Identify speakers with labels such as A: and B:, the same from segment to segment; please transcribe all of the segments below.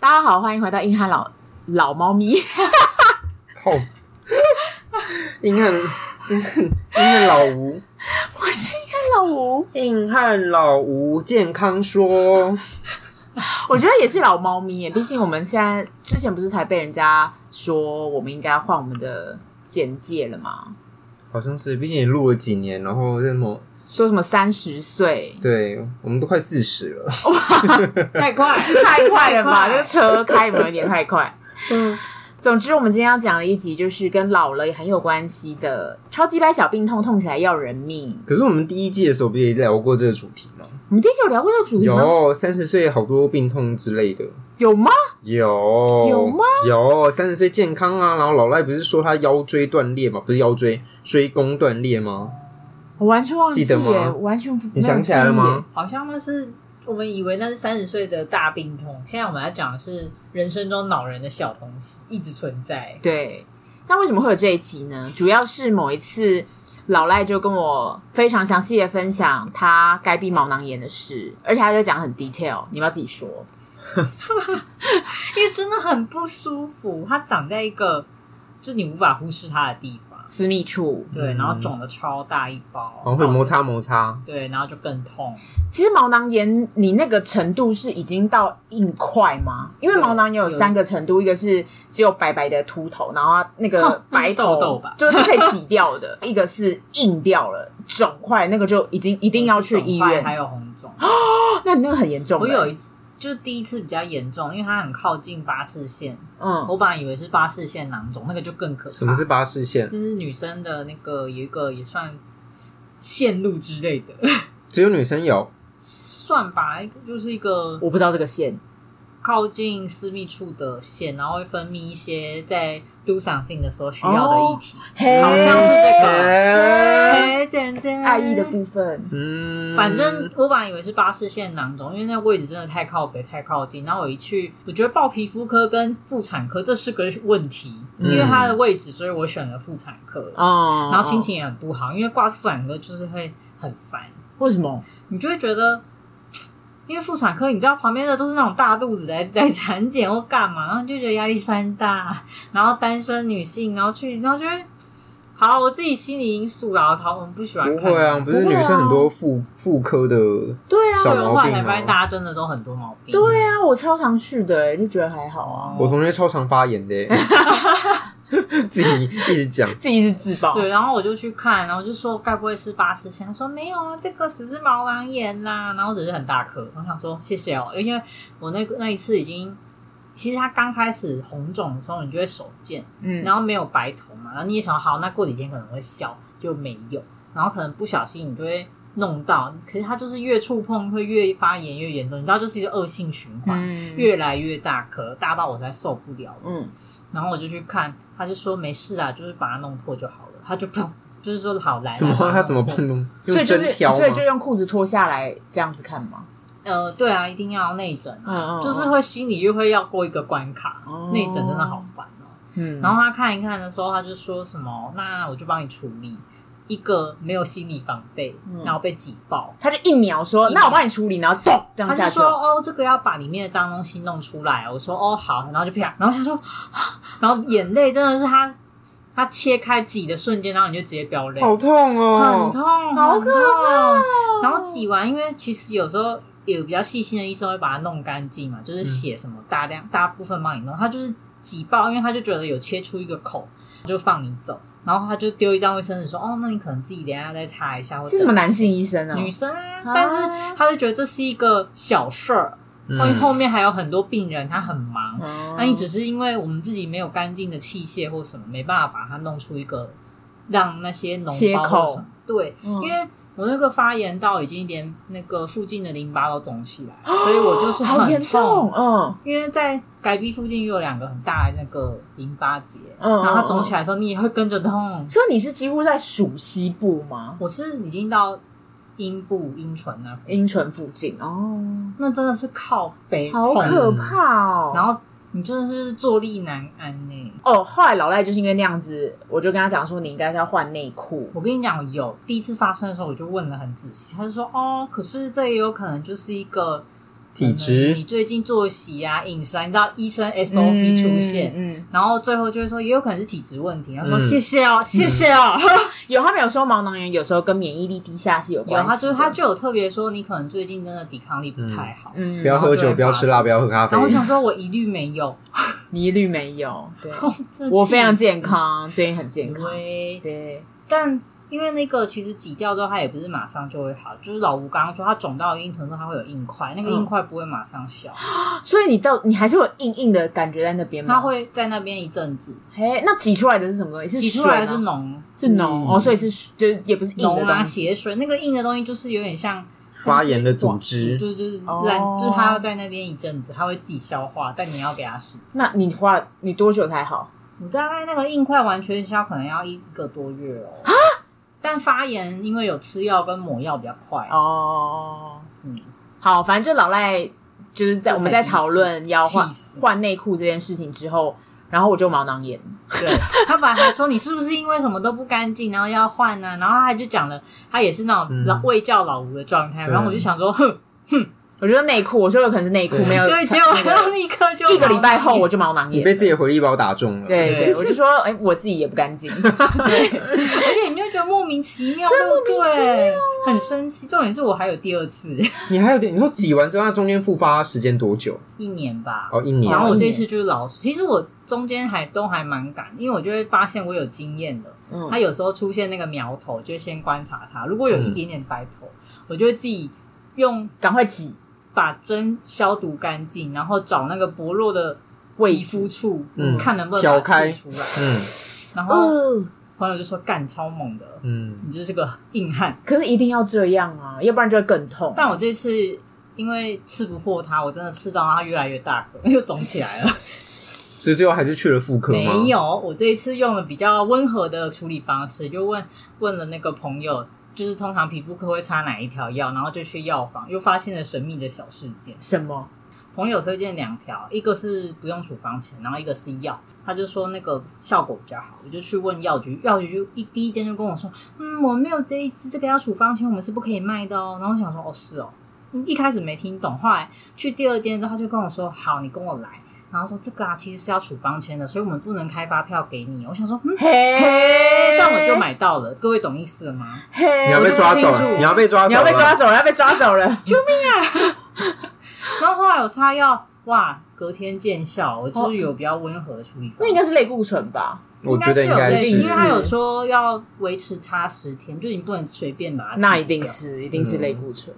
A: 大家好，欢迎回到硬汉老老猫咪。
B: 靠，硬汉，硬汉，硬汉老吴，
A: 我是硬汉老吴，
B: 硬汉老吴健康说，
A: 我觉得也是老猫咪耶。毕竟我们现在之前不是才被人家说我们应该换我们的简介了吗？
B: 好像是，毕竟也录了几年，然后这么，，
A: 说什么三十岁
B: 对我们都快四十了，
C: 太快，
A: 太快了吧？
C: 太
A: 这
C: 快
A: 个车开有没有点太快？
B: 嗯，
A: 总之，我们今天要讲的一集就是跟老了也很有关系的超级白小病痛，痛起来要人命。
B: 可是我们第一季的时候不也聊过这个主题吗？
A: 我们第一集有聊过这个主题吗？
B: 有三十岁好多病痛之类的，
A: 有吗？
B: 有
A: 有吗？
B: 有三十岁健康啊，然后老赖不是说他腰椎断裂吗？不是腰椎，椎弓断裂吗？
A: 我完全忘记
B: 记得吗
A: 耶，我完全不
B: 你想起来了？
A: 没有记
B: 吗
A: 耶？
C: 好像那是我们以为那是三十岁的大病痛，现在我们来讲的是人生中恼人的小东西，一直存在。
A: 对，那为什么会有这一集呢？主要是某一次老赖就跟我非常详细的分享他该闭毛囊炎的事，而且他就讲得很 detail，你们要自己说。
C: 因为真的很不舒服，它长在一个就你无法忽视它的地方，
A: 私密处，
C: 对，
B: 嗯
C: 然后肿的超大一包，
B: 然后会摩擦摩擦，
C: 对，然后就更痛，
A: 其实毛囊炎你那个程度是已经到硬块吗？因为
C: 对
A: 毛囊炎有
C: 有
A: 三个程度，一个是只有白白的秃头，然后它那 个白头
C: 痘痘吧
A: 就是可以挤掉的； 一个是硬掉了肿块，那个就已经一定要去医
C: 肿块还
A: 院。
C: 有红肿。
A: 那你那个很严重。
C: 我有一次就是第一次比较严重，因为它很靠近巴士线，
A: 嗯
C: 我本来以为是巴士线囊肿，那个就更可怕。
B: 什么是巴士线？
C: 这是女生的那个有一个也算线路之类的，
B: 只有女生有，
C: 算吧，就是一个
A: 我不知道这个线。
C: 靠近私密处的线，然后会分泌一些在 do something 的时候需要的液体，
A: 嘿
C: 好像是这个。
B: 哎
C: 嘿姐姐，
A: 爱意的
C: 哎
A: 部分。
B: 嗯，
C: 反正我本来以为是巴士线囊肿，因为那位置真的太靠北、太靠近。然后我一去，我觉得报皮肤科跟妇产科这是个问题，因为它的位置，所以我选了妇产科。
A: 哦，
C: 然后心情也很不好，因为挂妇产科就是会很烦。
A: 为什么？
C: 你就会觉得，因为妇产科，你知道旁边的都是那种大肚子 来来产检或干嘛，然后你就觉得压力山大，然后单身女性，然后去，然后就会，好，我自己心理因素啦，我操，我们不喜欢
B: 不
C: 看。
B: 会啊，不是
A: 不
B: 女
A: 会啊
B: 生很多妇妇科的
C: 哦
A: 对啊，
B: 小
C: 对，我
B: 毛
C: 后来
B: 病
C: 才发现
B: 吗？
C: 大家真的都很多毛病。
A: 对啊，我超常去的、欸，就觉得还好啊，
B: 我同学超常发炎的 欸，自己一直讲，
A: 自己是自
B: 啊
A: 爆。
C: 对，然后我就去看，然后就说该不会是巴士线？他说没有啊，这个只是毛囊炎啦。然后只是很大颗，我想说谢谢哦，因为我那个那一次已经，其实它刚开始红肿的时候，你就会手贱，
A: 嗯，
C: 然后没有白头嘛，然后你也想好，那过几天可能会消，就没有，然后可能不小心你就会弄到，其实它就是越触碰会越发炎越严重，你知道就是一个恶性循环，
A: 嗯
C: 越来越大颗，大到我才受不了了
A: 嗯，
C: 然后我就去看，他就说没事啊，就是把它弄破就好了，他就不就是说好来
B: 什么
C: 来把它
B: 他怎么
C: 弄破
B: 碰弄？
A: 所
B: 用
A: 以就
B: 针
A: 是
B: 挑吗
A: 所以？就用裤子脱下来这样子看嘛。
C: 呃，对啊，一定要内诊
A: 嗯
C: 啊，
A: 嗯，
C: 就是会心里又会要过一个关卡，
A: 哦
C: 内诊真的好烦哦。
A: 嗯，
C: 然后他看一看的时候，他就说什么：“那我就帮你处理一个没有心理防备，
A: 嗯
C: 然后被挤爆。
A: 他就一秒说：“
C: 一秒
A: 那我帮你处理。”然后咚这”样
C: 他就
A: 下去
C: 说：“
A: 了。
C: 哦，这个要把里面的脏东西弄出来。”我说：“哦，好。”然后就啪，然后他说， 啊然后眼泪真的是他他切开挤的瞬间，然后你就直接飙泪，
B: 好痛
C: 很
B: 哦！
C: 痛，
A: 好可怕
C: 很痛。然后挤完，因为其实有时候有比较细心的医生会把它弄干净嘛，就是血什么大量、大部分帮你弄，他就是挤爆，因为他就觉得有切出一个口，就放你走。然后他就丢一张卫生纸说：“哦，那你可能自己等一下再擦一下。”或者
A: 是什么男性医生啊？
C: 女生啊
A: 啊？
C: 但是他就觉得这是一个小事儿，
B: 嗯
C: 因为后面还有很多病人他很忙，
A: 哦
C: 那你只是因为我们自己没有干净的器械或什么，没办法把它弄出一个让那些脓
A: 切
C: 包
A: 口
C: 或什么。对，
A: 嗯
C: 因为我那个发炎到已经连那个附近的淋巴都肿起来，所以我就是
A: 哦好严
C: 很
A: 重，
C: 痛。
A: 嗯，
C: 因为在该壁附近又有两个很大的那个淋巴结，
A: 嗯
C: 然后它肿起来的时候，你也会跟着痛。
A: 所以你是几乎在属西部吗？
C: 我是已经到阴部、阴唇那附近，
A: 阴唇附近哦，
C: 那真的是靠北
A: 好
C: 痛，
A: 可怕哦。
C: 然后你真的是坐立难安呢、
A: 哦，后来老赖就是因为那样子，我就跟他讲说，你应该是要换内裤。
C: 我跟你讲，有第一次发生的时候，我就问的很仔细，他就说：“哦，可是这也有可能就是一个
B: 体质
C: 你最近作息啊、饮食啊，你知道医生 SOP 出现，
A: 嗯，
C: 然后最后就会说也有可能是体质问题，然后说
B: 嗯
C: 谢谢哦，谢谢哦。
A: 嗯有他们有说毛囊炎有时候跟免疫力低下是有关
C: 有
A: 系的，
C: 他就是他就有特别说你可能最近真的抵抗力不太好，
A: 嗯
B: 不，要喝酒，
C: 然后就会
B: 不要吃辣，不要喝咖啡
C: 然后。我想说我一律没有， 哦
A: 一律没有，对，
C: 这
A: 我非常
C: 气
A: 健康，最近很健康，
C: 对，
A: 对，
C: 但因为那个其实挤掉之后它也不是马上就会好，就是老吴刚刚说它肿到一定程度它会有硬块，那个
A: 嗯
C: 硬块不会马上消，
A: 所以你到你还是会有硬硬的感觉在那边吗？
C: 它，会在那边一阵子，
A: 哎，那挤出来的是什么东西？是
C: 挤出来
A: 水
C: 是
A: 吗
C: 脓，
A: 是脓
B: 嗯
A: 哦，所以是就是也不是硬的
C: 脓啊
A: 东西，
C: 血水，那个硬的东西就是有点像。
B: 发炎的组织
C: 就是就是
A: 哦
C: 烂，就是它要在那边一阵子，它会自己消化，但你要给它时间。
A: 那你花你多久才好？
C: 我大概那个硬块完全消可能要一个多月哦。
A: 啊
C: 但发炎因为有吃药跟抹药比较快，
A: 哦，
C: 嗯，
A: 好，反正就老赖就是在
C: 这才
A: 我们在讨论要换
C: 气死
A: 换内裤这件事情之后，然后我就毛囊炎，
C: 对他本来还说你是不是因为什么都不干净，然后要换呢、然后他就讲了，他也是那种
B: 嗯
C: 老未教老吴的状态，
B: 对
C: 然后我就想说，哼，
A: 我觉得内裤，我说有可能是内裤
B: 对
A: 没有
C: 对，结果 他立刻就
A: 一个礼拜后我就毛囊
B: 你
A: 炎，
B: 被自己的回力镖打中了，
A: 对
C: 对
A: 对，我就说哎，我自己也不干 净，
C: 对，而且你就觉得莫名其妙，
A: 真
C: 对不
A: 莫名其啊
C: 对？很生气。重点是我还有第二次，
B: 你还有点，你说挤完之后，它中间复发时间多久？
C: 一年吧。
B: 哦，一年
C: 然。后我
A: 一
C: 这
A: 年
C: 次就是老实，其实我中间还都还蛮赶，因为我就会发现我有经验了。
A: 嗯
C: 他有时候出现那个苗头，就会先观察它。如果有一点点白头，
B: 嗯
C: 我就会自己用
A: 赶快挤
C: 把针消毒干净，然后找那个薄弱的
A: 胃
C: 皮肤处，
B: 嗯
C: 看能不能
B: 挑
C: 把它
B: 开
C: 刺出来。
B: 嗯
C: 然后
A: 哦，
C: 朋友就说：“干，超猛的，
B: 嗯，
C: 你就是个硬汉。
A: 可是一定要这样啊，要不然就会更”痛。
C: 但我这次因为刺不破它，我真的刺到它越来越大个，又肿起来了。
B: 所以最后还是去了妇科吗？
C: 没有，我这一次用了比较温和的处理方式，就问问了那个朋友，就是通常皮肤科会擦哪一条药，然后就去药房，又发现了神秘的小事件。
A: 什么？
C: 朋友推荐两条，一个是不用处方钱，然后一个是药，他就说那个效果比较好，我就去问药局，药局就一第一间就跟我说，嗯，我没有这一支，这个要处方钱，我们是不可以卖的哦。然后我想说，哦，是哦，一开始没听懂，后来去第二间之后，他就跟我说，好，你跟我来。然后说这个啊，其实是要处方签的，所以我们不能开发票给你。我想说，嗯，
A: 嘿，
C: 但我就，买到了，各位懂意思了吗？
A: 嘿，
B: 你要被抓走
C: 我就不清
B: 了，
C: 楚
B: 你要被抓走
A: 你要被抓
B: 了。
A: 走了，要被抓走了。
C: 然后后来我擦药，哇，隔天见效，我就是有比较温和的处理
A: 哦
C: 方式。
A: 那应该是类固醇吧？
B: 我觉得应该
C: 是有类似因为他
A: 它
C: 有说要维持差十天，就是你不能随便把它
A: 那一
C: 停
A: 定
C: 掉
A: 是，一定是类
C: 嗯
A: 固醇。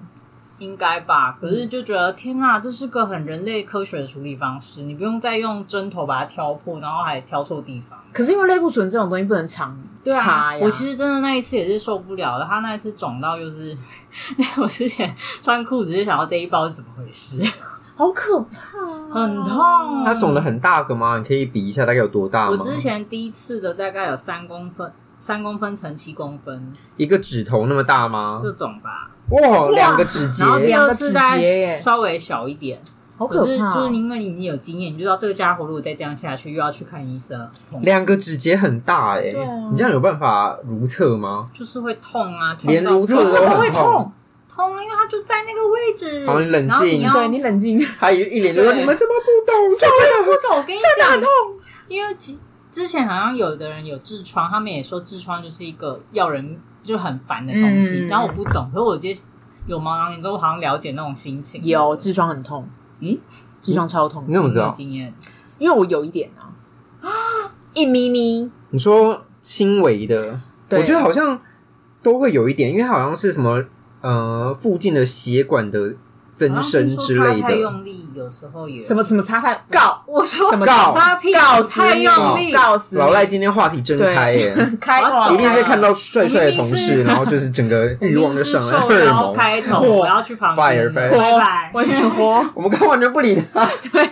C: 应该吧。可是就觉得天啊，这是个很人类科学的处理方式，你不用再用针头把它挑破，然后还挑错地方。
A: 可是因为类固醇这种东西不能常
C: 对啊
A: 擦，呀，
C: 我其实真的那一次也是受不了了，他那一次肿到就是 我之前穿裤子就想到这一包是怎么回 事，
A: 好可怕啊，
C: 很痛
B: 它肿的很大个吗？你可以比一下大概有多大吗？
C: 我之前第一次的大概有三公分。三公分乘七公分
B: 一个指头那么大吗？
C: 这种吧，
B: 哇，两个指节
C: 然，后第
A: 两
C: 二
A: 个
C: 次
A: 指
C: 大
A: 节耶
C: 概稍微小一点，
A: 好可
C: 可是
A: 怕啊。
C: 就是因为你有经验，你就知道这个家伙如果再这样下去，又要去看医生，痛
B: 两个指节很大哎、
A: 对啊
B: 你这样有办法如厕吗？
C: 就是会痛啊，痛
B: 连
C: 到
B: 如厕
A: 不是
B: 都
A: 都
B: 很
A: 会痛，
C: 痛啊，因为它就在那个位置。
B: 好你冷静
C: 然后你要
A: 对你冷 静，
B: 还一一脸就说
C: 对
B: 你们怎么不懂，就真的
C: 不懂，我跟你讲，真的很痛。因为其之前好像有的人有痔疮，他们也说痔疮就是一个要人就很烦的东西，
A: 嗯
C: 然后我不懂，可是我觉得有毛囊炎之后，好像了解那种心情。
A: 有痔疮很痛，
C: 嗯，
A: 痔疮超痛
B: 你，怎么
C: 有
B: 知道？
C: 经验？
A: 因为我有一点啊，一咪咪，
B: 你说轻微的，
A: 对
B: 我觉得好像都会有一点，因为它好像是什么呃附近的血管的增生之
C: 好像
B: 类
C: 听说擦太
B: 的。
C: 用力，有时候也
A: 什么什么擦擦告
C: 我说
A: 什么
B: 告
C: 擦屁股
A: 告死
C: 太
A: 你
C: 用力，
A: 告死你
B: 老赖今天话题真开耶、
A: 开
C: 我要
A: 火
C: 走
B: 一定是看到帅帅的同
C: 我明明
B: 事，
C: 是
B: 然后就是整个欲望就上来，
C: 我
B: 荷
C: 明明
B: 尔
C: 是受邀
B: 蒙。
C: 开 头，
A: 火
C: 我要去旁边
B: Fire，
C: 了，
B: fire
C: 拜拜。
A: 我是活。
B: 我们刚完全不理 他， 对，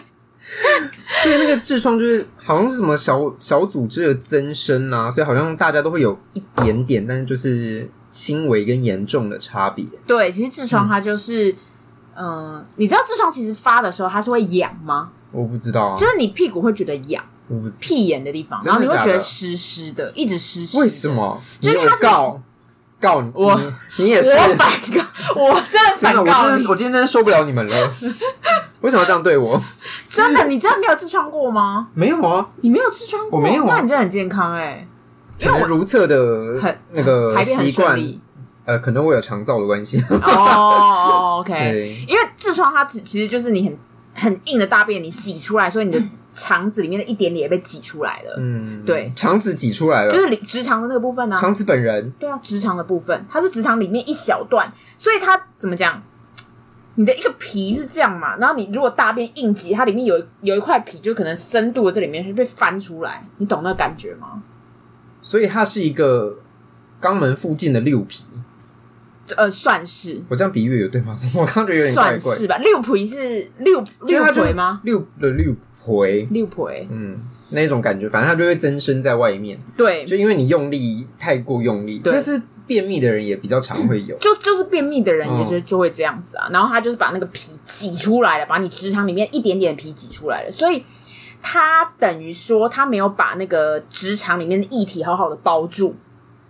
B: 所以那个痔疮就是好像是什么小小组织的增生啊，所以好像大家都会有一点点，但是就是轻微跟严重的差别。
A: 对，其实痔疮它就是，嗯、你知道痔疮其实发的时候它是会痒吗？
B: 我不知道啊
A: 就，是你屁股会觉得痒，
B: 我不知
A: 屁眼的地方，
B: 真
A: 然
B: 的
A: 后你会
B: 假
A: 觉
B: 的
A: 得湿湿的，一直湿湿。
B: 为什？么？
A: 就是
B: 你有
A: 他是
B: 告告你，
A: 我
B: 你你也是
A: 我反告，我真的
B: 真
A: 反
B: 的，我
A: 告
B: 真
A: 你
B: 的，，我今天真的受不了你们 了。为什么要这样对我？
A: 真的，你真的没有痔疮过吗？
B: 没有啊，
A: 你 没有痔疮过，
B: 我没有啊
A: 那你真的很健康哎、
B: 可能如厕的
A: 很
B: 那个
A: 排便很
B: 习
A: 顺
B: 惯，
A: 利。哦
B: 呃，可能我有肠燥的关系。
A: 哦、o k
B: 对，
A: 因为痔疮它其其实就是你很很硬的大便，你挤出来，所以你的肠子里面的一点点也被挤出来了，
B: 嗯，
A: 对
B: 肠子挤出来
A: 就
B: 了，
A: 是里直肠的那个部分呢、
B: 肠子本人
A: 对啊，直肠的部分，它是直肠里面一小段，所以它怎么讲？你的一个皮是这样嘛，然后你如果大便硬挤，它里面有有一块皮，就可能深度的这里面是被翻出来，你懂那个感觉吗？
B: 所以它是一个肛门附近的六皮。
A: 呃，算是
B: 我这样比喻有对吗？我刚觉得有点怪
A: 算
B: 怪。
A: 是吧。六皮是六
B: 就是
A: 六
B: 它就
A: 皮吗？？
B: 六的六回，
A: 六皮，
B: 嗯，那一种感觉，反正它就会增生在外面，
A: 对，
B: 就因为你用力太过用力，
A: 对
B: 但是便秘的人也比较常会有。
A: 就就是便秘的人
B: 嗯
A: 也就就会这样子啊，然后他就是把那个皮挤出来了，把你直肠里面一点点的皮挤出来了，所以他等于说他没有把那个直肠里面的液体好好的包住，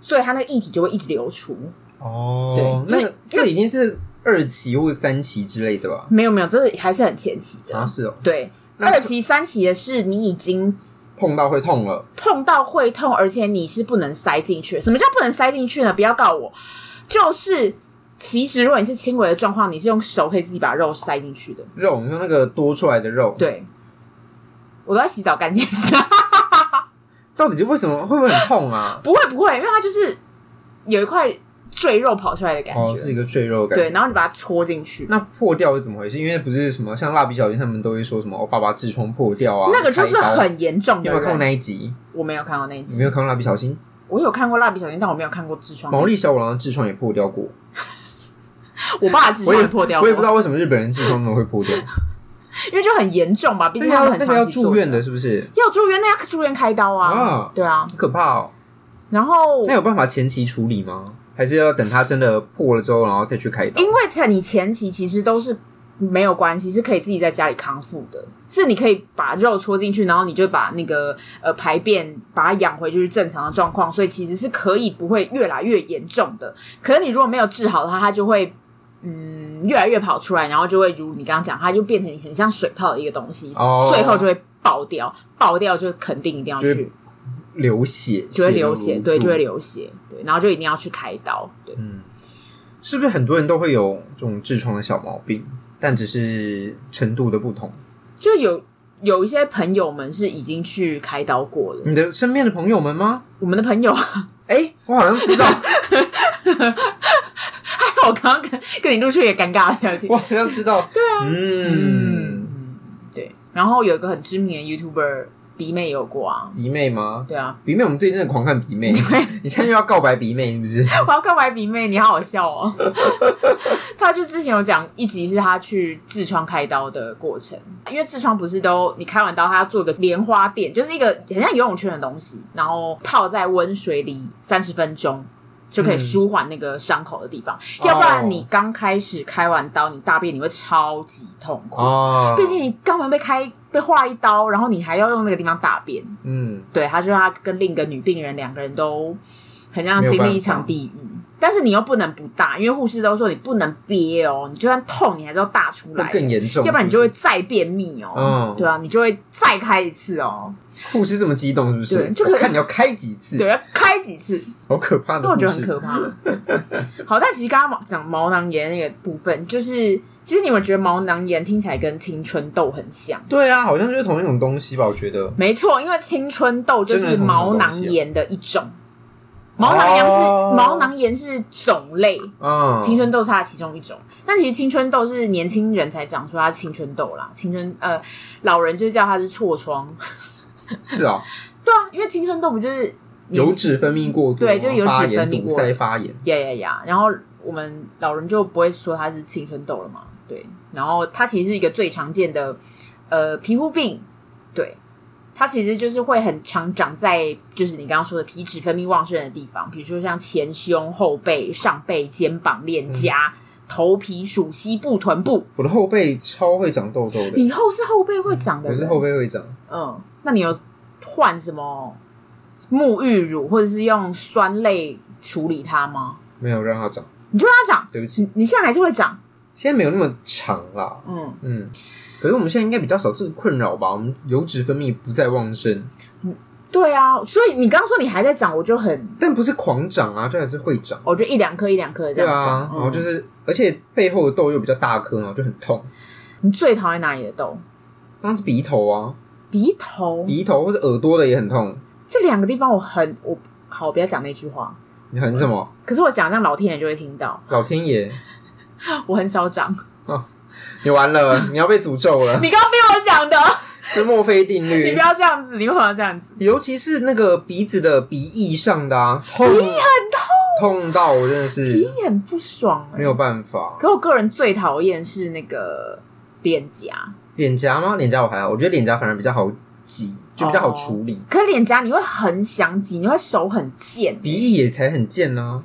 A: 所以他那个液体就会一直流出。
B: 哦
A: 对
B: 那个这已经是二期或三期之类的吧？
A: 没有没有，这还是很前期的。
B: 啊，是哦，
A: 对，
B: 那
A: 二期三期的是你已经
B: 碰到会痛了，
A: 碰到会痛，而且你是不能塞进去的。什么叫不能塞进去呢？不要告我，就是其实如果你是轻微的状况，你是用手可以自己把肉塞进去的。
B: 肉，你说那个多出来的肉，，
A: 对，我都在洗澡干净事，
B: 到底就为什么会不会很痛啊？
A: 不会不会，因为它就是有一块赘肉跑出来的感觉，
B: 哦，是一个赘肉的感
A: 对，
B: 觉。
A: 然后你把它戳进去，
B: 那破掉是怎么回事？因为不是什么像蜡笔小新他们都会说什么哦，爸爸痔疮破掉啊，
A: 那个就是
B: 开刀
A: 很严重
B: 你
A: 的
B: 有没有看过
A: 人。
B: 那一集？
A: 我没有看过那一
B: 你
A: 集，
B: 没有看过蜡笔小新？
A: 我有看过蜡笔小新，但我没有看过痔疮。
B: 毛利小五郎的痔疮也破掉过，
A: 我爸的痔
B: 我
A: 疮
B: 也
A: 也破掉
B: 我也不知
A: 道，
B: 道为什么日本人痔疮那么会破掉，
A: 因为就很严重吧， 毕
B: 那
A: 竟
B: 个
A: 他
B: 要
A: 们
B: 那
A: 很
B: 个要
A: 长期
B: 住
A: 坐
B: 院
A: 着。
B: 的，是不是？
A: 要住院，那要住院开刀啊
B: 啊，
A: 对啊。
B: 好可怕哦！
A: 然后
B: 那有办法前期处理吗？还是要等他真的破了之后，然后再去开刀
A: 因？为在你前期其实都是没有关系，是可以自己在家里康复的，是你可以把肉戳进去，然后你就把那个呃排便把它养回就是正常的状况，所以其实是可以不会越来越严重的。可是你如果没有治好它，它就会。嗯，越来越跑出来，然后就会如你刚刚讲，它就变成很像水泡的一个东西
B: 哦
A: 最后就会爆掉，爆掉就肯定一定要
B: 就是
A: 去，
B: 流血，
A: 就会流血，
B: 如
A: 对，
B: 注
A: 就会。流血，对，然后就一定要去开刀，对。
B: 嗯，是不是很多人都会有这种痔疮的小毛病？但只是程度的不同。
A: 就有有一些朋友们是已经去开刀过了。
B: 你的身边的朋友们吗？
A: 我们的朋友，
B: 哎、我好像知道，
A: 我刚刚跟跟你露出一个尴尬的表情
B: 我。好像知道。对啊，嗯，
A: 嗯，对。然后有一个很知名的 YouTuber 鼻妹也有过啊，
B: 鼻妹吗？
A: 对啊，
B: 鼻妹，我们最近真的狂看鼻妹。你现在又要告白鼻妹是不 是？
A: 我要告白鼻妹，你好好笑 哦。他就之前有讲一集是他去痔疮开刀的过程，因为痔疮不是都你开完刀，他要做个莲花垫，就是一个很像游泳圈的东西，然后泡在温水里三十分钟。就可以
B: 嗯
A: 舒缓那个伤口的地方，要不然你刚开始开完刀，你大便你会超级痛苦。
B: 哦，
A: 毕竟你肛门被开被划一刀，然后你还要用那个地方大便，
B: 嗯，
A: 对，他就他跟另一个女病人两个人都很像经历一场地狱，但是你又不能不大，因为护士都说你不能憋哦，你就算痛你还是要大出
B: 会
A: 来，
B: 更严重，
A: 要不然你就会
B: 是
A: 再便秘哦，
B: 嗯
A: 对啊，你就会再开一次哦，
B: 是护士这么激动，是不是
A: 对？就可以
B: 我看你要开几次，
A: 对，要开几次，
B: 好可怕的
A: 那我
B: 护士，
A: 觉得很 可怕。好，但其实刚刚讲毛囊炎那个部分，就是其实你们觉得毛囊炎听起来跟青春痘很像。
B: 对啊，好像就是同一种东西吧？我觉得
A: 没错，因为青春痘就是毛囊炎的一种。
B: 真
A: 毛
B: 的
A: 囊炎是、
B: 哦
A: 毛囊炎是种类，
B: 嗯，
A: 青春痘是它其中一种。但其实青春痘是年轻人才讲说它青春痘啦，青春呃老人就叫它是痤疮。
B: 是啊，
A: 对啊，因为青春痘不就是年
B: 油脂分泌过多，
A: 对就油脂
B: 发炎
A: 分泌
B: 堵
A: 过
B: 塞发炎，
A: 呀呀呀！然后我们老人就不会说它是青春痘了嘛，对。然后它其实是一个最常见的呃皮肤病，对。它其实就是会很常长在就是你刚刚说的皮脂分泌旺盛的地方，比如说像前胸、后背、上背、肩膀、脸
B: 嗯
A: 颊、头皮、属膝部、臀部。
B: 我的后背超会长痘 痘的，
A: 你后是后背会长的
B: 我
A: 人，
B: 是后背会长，
A: 嗯，那你有换什么沐浴乳或者是用酸类处理它吗？
B: 没有让它长，
A: 你就让它长，
B: 对不起，
A: 你你现在还是会长，
B: 现在没有那么长啦。
A: 嗯，
B: 嗯，可是我们现在应该比较少这个困扰吧？我们油脂分泌不再旺盛，
A: 对啊，所以你刚刚说你还在长，我就很，
B: 但不是狂长啊，就还是会长。
A: 我就一两颗一两颗的这
B: 对
A: 样嗯长，
B: 啊，然后就是是，而且背后的痘又比较大颗，然后就很痛。
A: 你最讨厌哪里的痘？
B: 当然是鼻头啊，
A: 鼻头，
B: 鼻头或者耳朵的也很痛。
A: 这两个地方我很我好，我不要讲那句话，
B: 你很什么？
A: 可是我讲这样老天爷就会听到，
B: 老天爷，
A: 我很少长。
B: 你完了， 你要被诅咒 了，
A: 你刚刚逼我讲的，
B: 是墨菲定
A: 你
B: 律
A: 不。要这样子，你为什么要这样子？
B: 尤其是那个鼻子的鼻翼上的啊，痛，很痛，痛到我真的
A: 皮
B: 是
A: 很不爽、欸，
B: 没有办法。
A: 可我个人最讨厌是那个脸颊，
B: 脸颊吗？脸颊我还好，我觉得脸颊反而比较好挤，就比较
A: 哦
B: 好处理。
A: 可脸颊你会很想挤，你会手很贱，
B: 鼻翼也才很贱呢、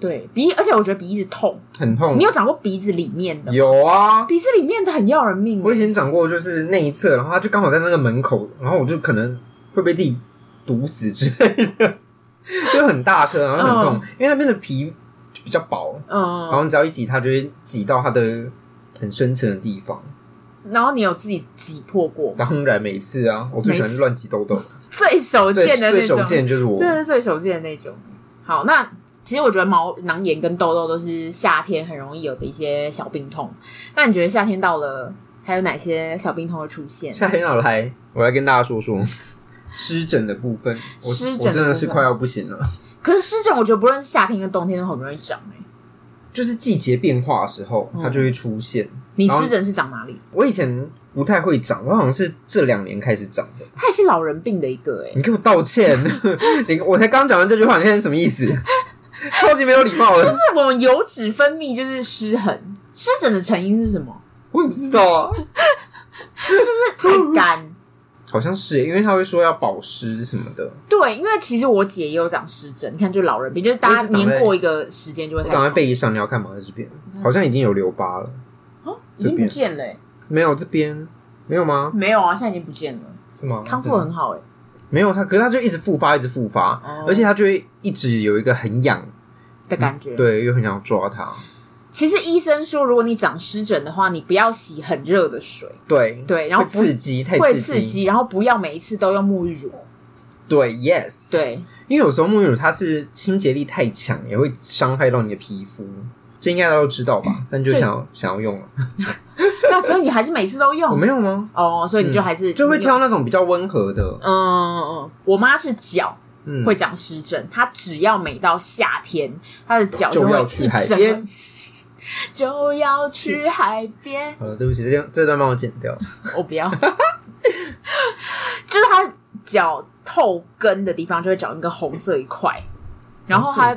A: 对鼻，而且我觉得鼻一直痛。
B: 啊，很痛。
A: 你有长过鼻子里面的吗？
B: 有啊，
A: 鼻子里面的很要人命欸、
B: 我以前长过，就是内侧，然后它就刚好在那个门口，然后我就可能会被自己毒死之类的，就很大颗，然后很痛，因为那边的皮就比较薄，然
A: 嗯，
B: 后你只要一挤，它就会挤到它的很深层的地方。
A: 然后你有自己挤破过吗？
B: 当然，每次啊，我最喜欢乱挤痘痘，
A: 最手
B: 最
A: 贱的
B: 最
A: 那
B: 手
A: 种，
B: 贱就是我。
A: 真的是最手贱的那种。好，那其实我觉得毛囊炎跟痘痘都是夏天很容易有的一些小病痛。那你觉得夏天到了，还有哪些小病痛会出现？
B: 夏天要来，我来跟大家说说湿疹的部分，我
A: 湿疹的
B: 我真的是
A: 部分
B: 快要不行了。
A: 可是湿疹，我觉得不论是夏天跟冬天都很容易长、欸。
B: 就是季节变化的时候，它就
A: 嗯
B: 会出现。
A: 你
B: 然后
A: 湿疹是长哪里？
B: 我以前不太会长，我好像是这两年开始长的。
A: 它也是老人病的一个哎、
B: 你给我道 歉！你我才刚讲完这句话，你现在是什么意思？超级没有礼貌的，
A: 就是我们油脂分泌就是失衡。湿疹的成因是什么？
B: 我也不知道啊，嗯
A: 是太干。
B: 好像是欸耶，因为他会说要保湿什么的。
A: 对，因为其实我姐也有长湿疹，你看就是老人病，就是大
B: 我也
A: 家
B: 是长在
A: 年过一个时间就会
B: 我
A: 开
B: 长在
A: 始。
B: 背上，你要干嘛？这边
A: 嗯
B: 好像已经有留疤了，
A: 哦，已经不见了、欸，
B: 没有这边没有吗？
A: 没有啊，现在已经不见了，
B: 是吗？
A: 康复很好哎、
B: 没有他，可是他就一直复发，一直复发，
A: 哦
B: 而且他就会一直有一个很痒，
A: 的感觉。，
B: 对，又很想抓它。
A: 其实医生说，如果你长湿疹的话，你不要洗很热的水，
B: 对
A: 对然后
B: 会
A: 不
B: 刺激，太
A: 会
B: 刺
A: 刺激，然后不要每一次都用沐浴乳。
B: 对，yes，
A: 对，
B: 因为有时候沐浴乳它是清洁力太强，也会伤害到你的皮肤，这应该大家都知道吧？但就想要想要用了，
A: 那所以你还是每次都
B: 我
A: 用
B: 没有吗？
A: 哦，所以你就
B: 嗯
A: 还是
B: 就会
A: 你
B: 挑那种比较温和的，
A: 嗯嗯嗯，我妈是脚
B: 嗯，
A: 会长湿疹，她只要每到夏天，她的脚
B: 就
A: 会
B: 要
A: 一
B: 去海
A: 整个
B: 边。，
A: 就要去海边，
B: 好了，对不起，这段这段帮我剪掉。
A: 我不要， 就是她脚透根的地方就会长一个红色一块，然后她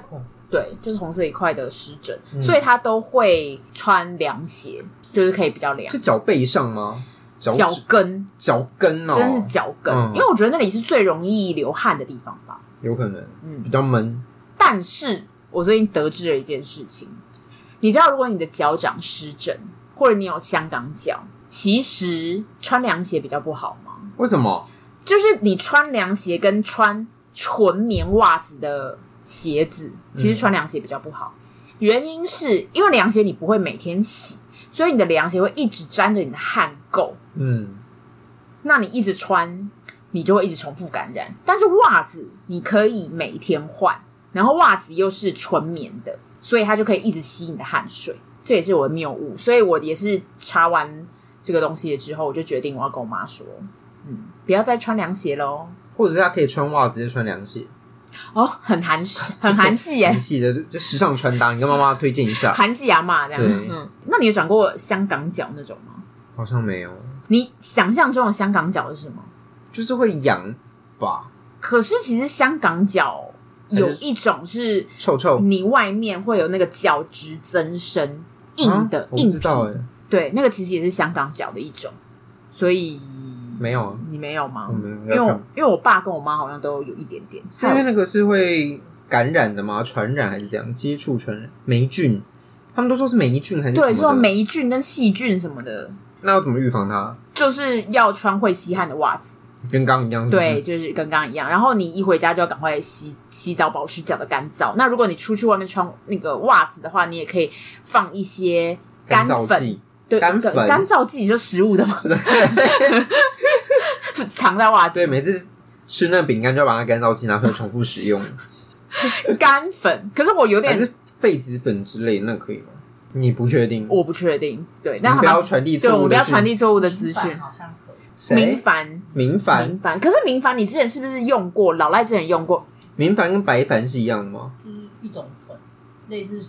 A: 对就是红色一块的湿疹，
B: 嗯
A: 所以她都会穿凉鞋，就是可以比较凉
B: 是。脚背上吗？脚趾
A: 脚跟
B: 脚跟哦，
A: 真的是脚跟，
B: 嗯
A: 因为我觉得那里是最容易流汗的地方吧。
B: 有可能，
A: 嗯
B: 比较闷。
A: 但是我最近得知了一件事情，你知道，如果你的脚掌湿疹，或者你有香港脚，其实穿凉鞋比较不好吗？
B: 为什么？
A: 就是你穿凉鞋跟穿纯棉袜子的鞋子，其实穿凉鞋比较不好。原因是因为凉鞋你不会每天洗，所以你的凉鞋会一直沾着你的汗垢，
B: 嗯，
A: 那你一直穿，你就会一直重复感染。但是袜子你可以每天换，然后袜子又是纯棉的，所以它就可以一直吸你的汗水。这也是我的谬误，所以我也是查完这个东西了之后，我就决定我要跟我妈说，嗯，不要再穿凉鞋喽。
B: 或者是他可以穿袜子，直接穿凉鞋，
A: 哦，很韩式，很韩系耶
B: 很，细的，就就时尚穿搭。你跟妈妈推荐一下，
A: 韩系阿嬷这样。
B: 对
A: 嗯，那你有转过香港脚那种吗？
B: 好像没有，
A: 你想象中的香港脚是什么？
B: 就是会痒吧，
A: 可是其实香港脚有一种是
B: 臭臭。
A: 你外面会有那个角质增生，硬的、
B: 啊我不
A: 硬
B: 知
A: 皮，
B: 道哎、
A: 对，那个其实也是香港脚的一种，所以
B: 没有啊，
A: 你没有吗？
B: 我没有
A: 因为
B: 要
A: 我
B: 看
A: 因为我爸跟我妈好像都有一点点，
B: 是因为那个是会感染的吗？传染还是怎样？接触传染霉菌，他们都说是霉菌还是什么
A: 对，
B: 的
A: 这种霉菌跟细菌什么的，
B: 那要怎么预防它？
A: 就是要穿会吸汗的袜子，
B: 跟刚刚一样是不
A: 对，
B: 嗯是？
A: 就是跟刚刚一样。然后你一回家就要赶快洗洗澡，保持脚的干燥。那如果你出去外面穿那个袜子的话，你也可以放一些干
B: 燥
A: 粉，
B: 剂，
A: 对，
B: 干
A: 干
B: 粉
A: 干燥剂，你就食物的嘛， 藏在袜子
B: 对，每次吃那饼干就要把那干燥剂拿出来重复使 用，
A: 干粉。可是我有
B: 还
A: 点
B: 是痱子粉之类那可以吗？你不确定，
A: 我不确定，对，
B: 你
A: 但
B: 不
A: 他
B: 要
A: 们
B: 传递
A: 对
B: 错
A: 我
B: 误
A: 们不
B: 的
A: 要
B: 讯
A: 传递错误的资
C: 明
A: 讯
C: 凡。好像可以，
B: 谁？
A: 明矾，
B: 明
A: 明
B: 凡，
A: 矾，可是明矾你之前是不是用过？老赖之前用过，
B: 明凡跟白凡是一样的吗？
C: 就是一种粉，类似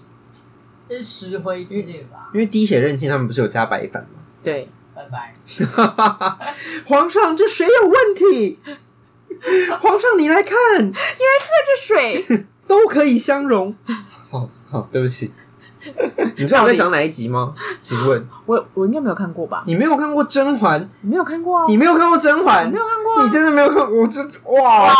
C: 就是石灰之类的吧。
B: 因为滴血认亲他们不是有加白饭吗？
A: 对，
C: 拜拜。
B: 皇上，这水有问题。皇上，你来看，
A: 这水
B: 都可以相容。好哦好，对不起。你知道我在讲哪一集吗？请问
A: 我我应该没有看过吧？
B: 你没有看过《甄嬛》？
A: 你没有看过啊？
B: 你没有看过《甄嬛
A: 你没》？有看过
B: 你
A: 啊？
B: 真的没有看？我这哇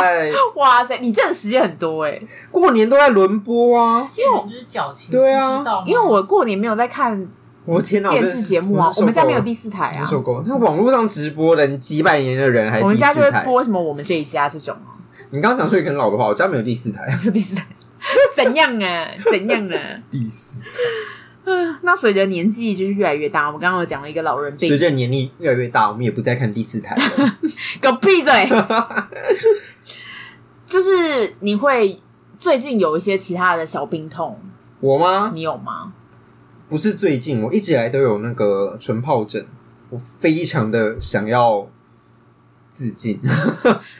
B: 塞，
A: 哇塞，你这个时间很多哎、
B: 过年都在轮播啊！
C: 其实我们就是矫情，
B: 对啊
C: 你知道吗
A: 因为我过年没有在看
B: 我的天哪，我
A: 电
B: 真的
A: 视
B: 是
A: 节目啊，我们家没有第四台
B: 我
A: 啊，
B: 受够了。那网络上直播的，你几百年的人还
A: 我们
B: 第
A: 家就会
B: 四台？
A: 播什么我们这一家这种啊，
B: 你刚刚讲出一个很老的话，我家没有第四台，
A: 就第四台 怎样啊？怎样啊？
B: 第四。
A: 那随着年纪就是越来越大，我们刚刚有讲了一个老人
B: 随
A: 病，
B: 着年龄越来越大，我们也不再看第四台了。
A: 给我 闭嘴。就是你会最近有一些其他的小病痛，
B: 我吗？
A: 你有吗？
B: 不是最近，我一直以来都有那个唇疱疹，我非常的想要自尽。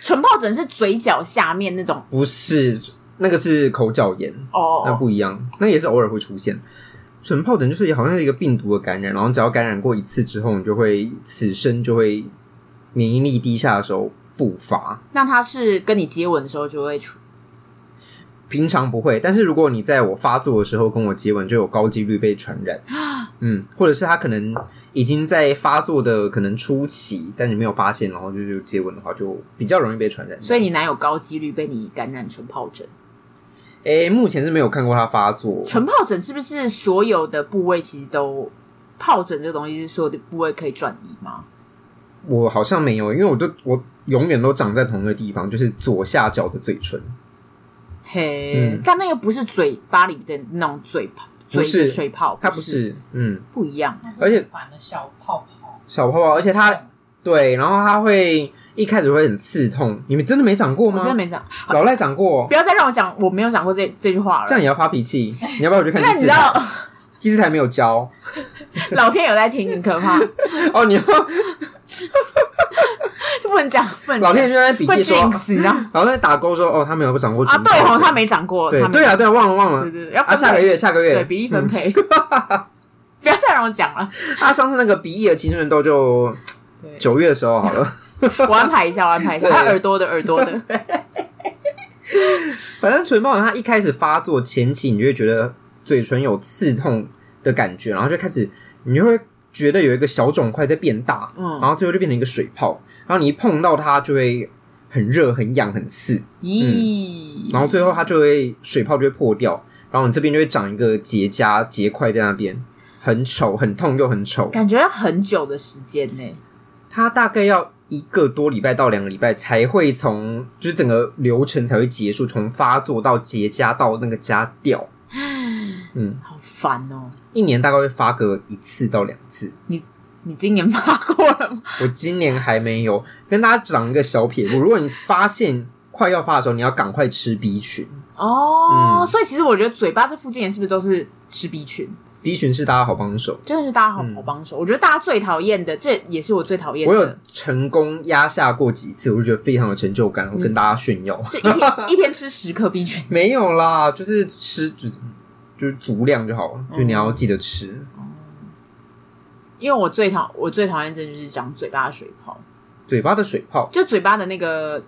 A: 唇疱疹是嘴角下面那种
B: 不是，那个是口角炎，那
A: 哦，
B: 不一样，那也是偶尔会出现。唇疱疹就是好像是一个病毒的感染，然后只要感染过一次之后，你就会此生就会免疫力低下的时候复发。
A: 那它是跟你接吻的时候就会出
B: 嗯平常不会，但是如果你在我发作的时候跟我接吻，就有高几率被传 染。嗯，或者是他可能已经在发作的可能初期，但你没有发现，然后就就接吻的话，就比较容易被传染。
A: 所以你男友高几率被你感染唇疱疹。
B: 诶、目前是没有看过他发作，
A: 唇疱疹是不是所有的部位其实都疱疹这个东西是所有的部位可以转移吗？
B: 我好像没有，因为我就我永远都长在同一个地方，就是左下角的嘴唇，
A: 嘿，
B: 嗯
A: 但那个不是嘴巴里的那种嘴泡，
B: 不
A: 嘴
B: 是
A: 的水泡，
B: 它
A: 不
B: 不是，嗯，
A: 不一样。
C: 它是
B: 而且
C: 很烦的小泡泡，
B: 小泡泡，而且它对，然后它会一开始会很刺痛，你们真的没长过
A: 我
B: 吗？
A: 真的没讲，好
B: 老赖长过
A: 不，要再让我讲我没有讲过这这句话
B: 这样
A: 了，
B: 也要发脾气？你要不要我去看第
A: 因 为你
B: 四
A: 知
B: 台？
A: 道
B: 第四台没有 教
A: 老天有在听，很可 怕，
B: 哦，你要
A: 不能讲，不能讲
B: 老天就在笔
A: 会
B: 记说，
A: jinx，你知 道吗？
B: 然后在打勾说哦，他没有长过
A: 啊，
B: 唇
A: 对哦，
B: 疱疹
A: 他没长过，
B: 对
A: 他没
B: 对啊对啊，忘了忘
A: 对
B: 了
A: 对对，要
B: 啊，
A: 分
B: 下个
A: 配
B: 月嗯下个月
A: 对比例分配， 不要再让我讲了，
B: 嗯 啊，上次那个鼻翼的青春痘就
A: 对
B: 九月的时候好了。
A: 我安排一下，我安排一下，
B: 对
A: 他耳朵的耳朵 的，
B: 反正唇疱疹它一开始发作前期，你就会觉得嘴唇有刺痛的感觉，然后就开始你就会觉得有一个小肿块在变大，
A: 嗯
B: 然后最后就变成一个水泡，然后你一碰到它就会很热、很痒、很刺，
A: 咦，
B: 然后最后它就会水泡就会破掉，然后你这边就会长一个结痂、结块在那边，很丑、很痛又很丑。
A: 感觉要很久的时间呢，
B: 它大概要一个多礼拜到两个礼拜才会从，就是整个流程才会结束，从发作到结痂到那个痂掉。嗯，
A: 好烦哦。
B: 一年大概会发个一次到两次。
A: 你今年发过了吗？
B: 我今年还没有跟大家讲一个小撇步，如果你发现快要发的时候，你要赶快吃 B 群。
A: 哦，
B: 嗯
A: 所以其实我觉得嘴巴这附近人是不是都是吃 B 群？
B: B 群是大家好帮手。
A: 真的是大家好
B: 嗯
A: 好帮手。我觉得大家最讨厌的，这也是我最讨厌
B: 我有
A: 的，
B: 成功压下过几次，我就觉得非常有成就感，
A: 嗯
B: 我跟大家炫耀。
A: 是一天 一天吃十颗 B 群。
B: 没有啦，就是吃就就是足量就好了，
A: 哦
B: 就你要记得吃。
A: 因为我最讨我最讨厌真的就是长嘴巴的水泡，
B: 嘴巴的水泡
A: 就嘴巴的那个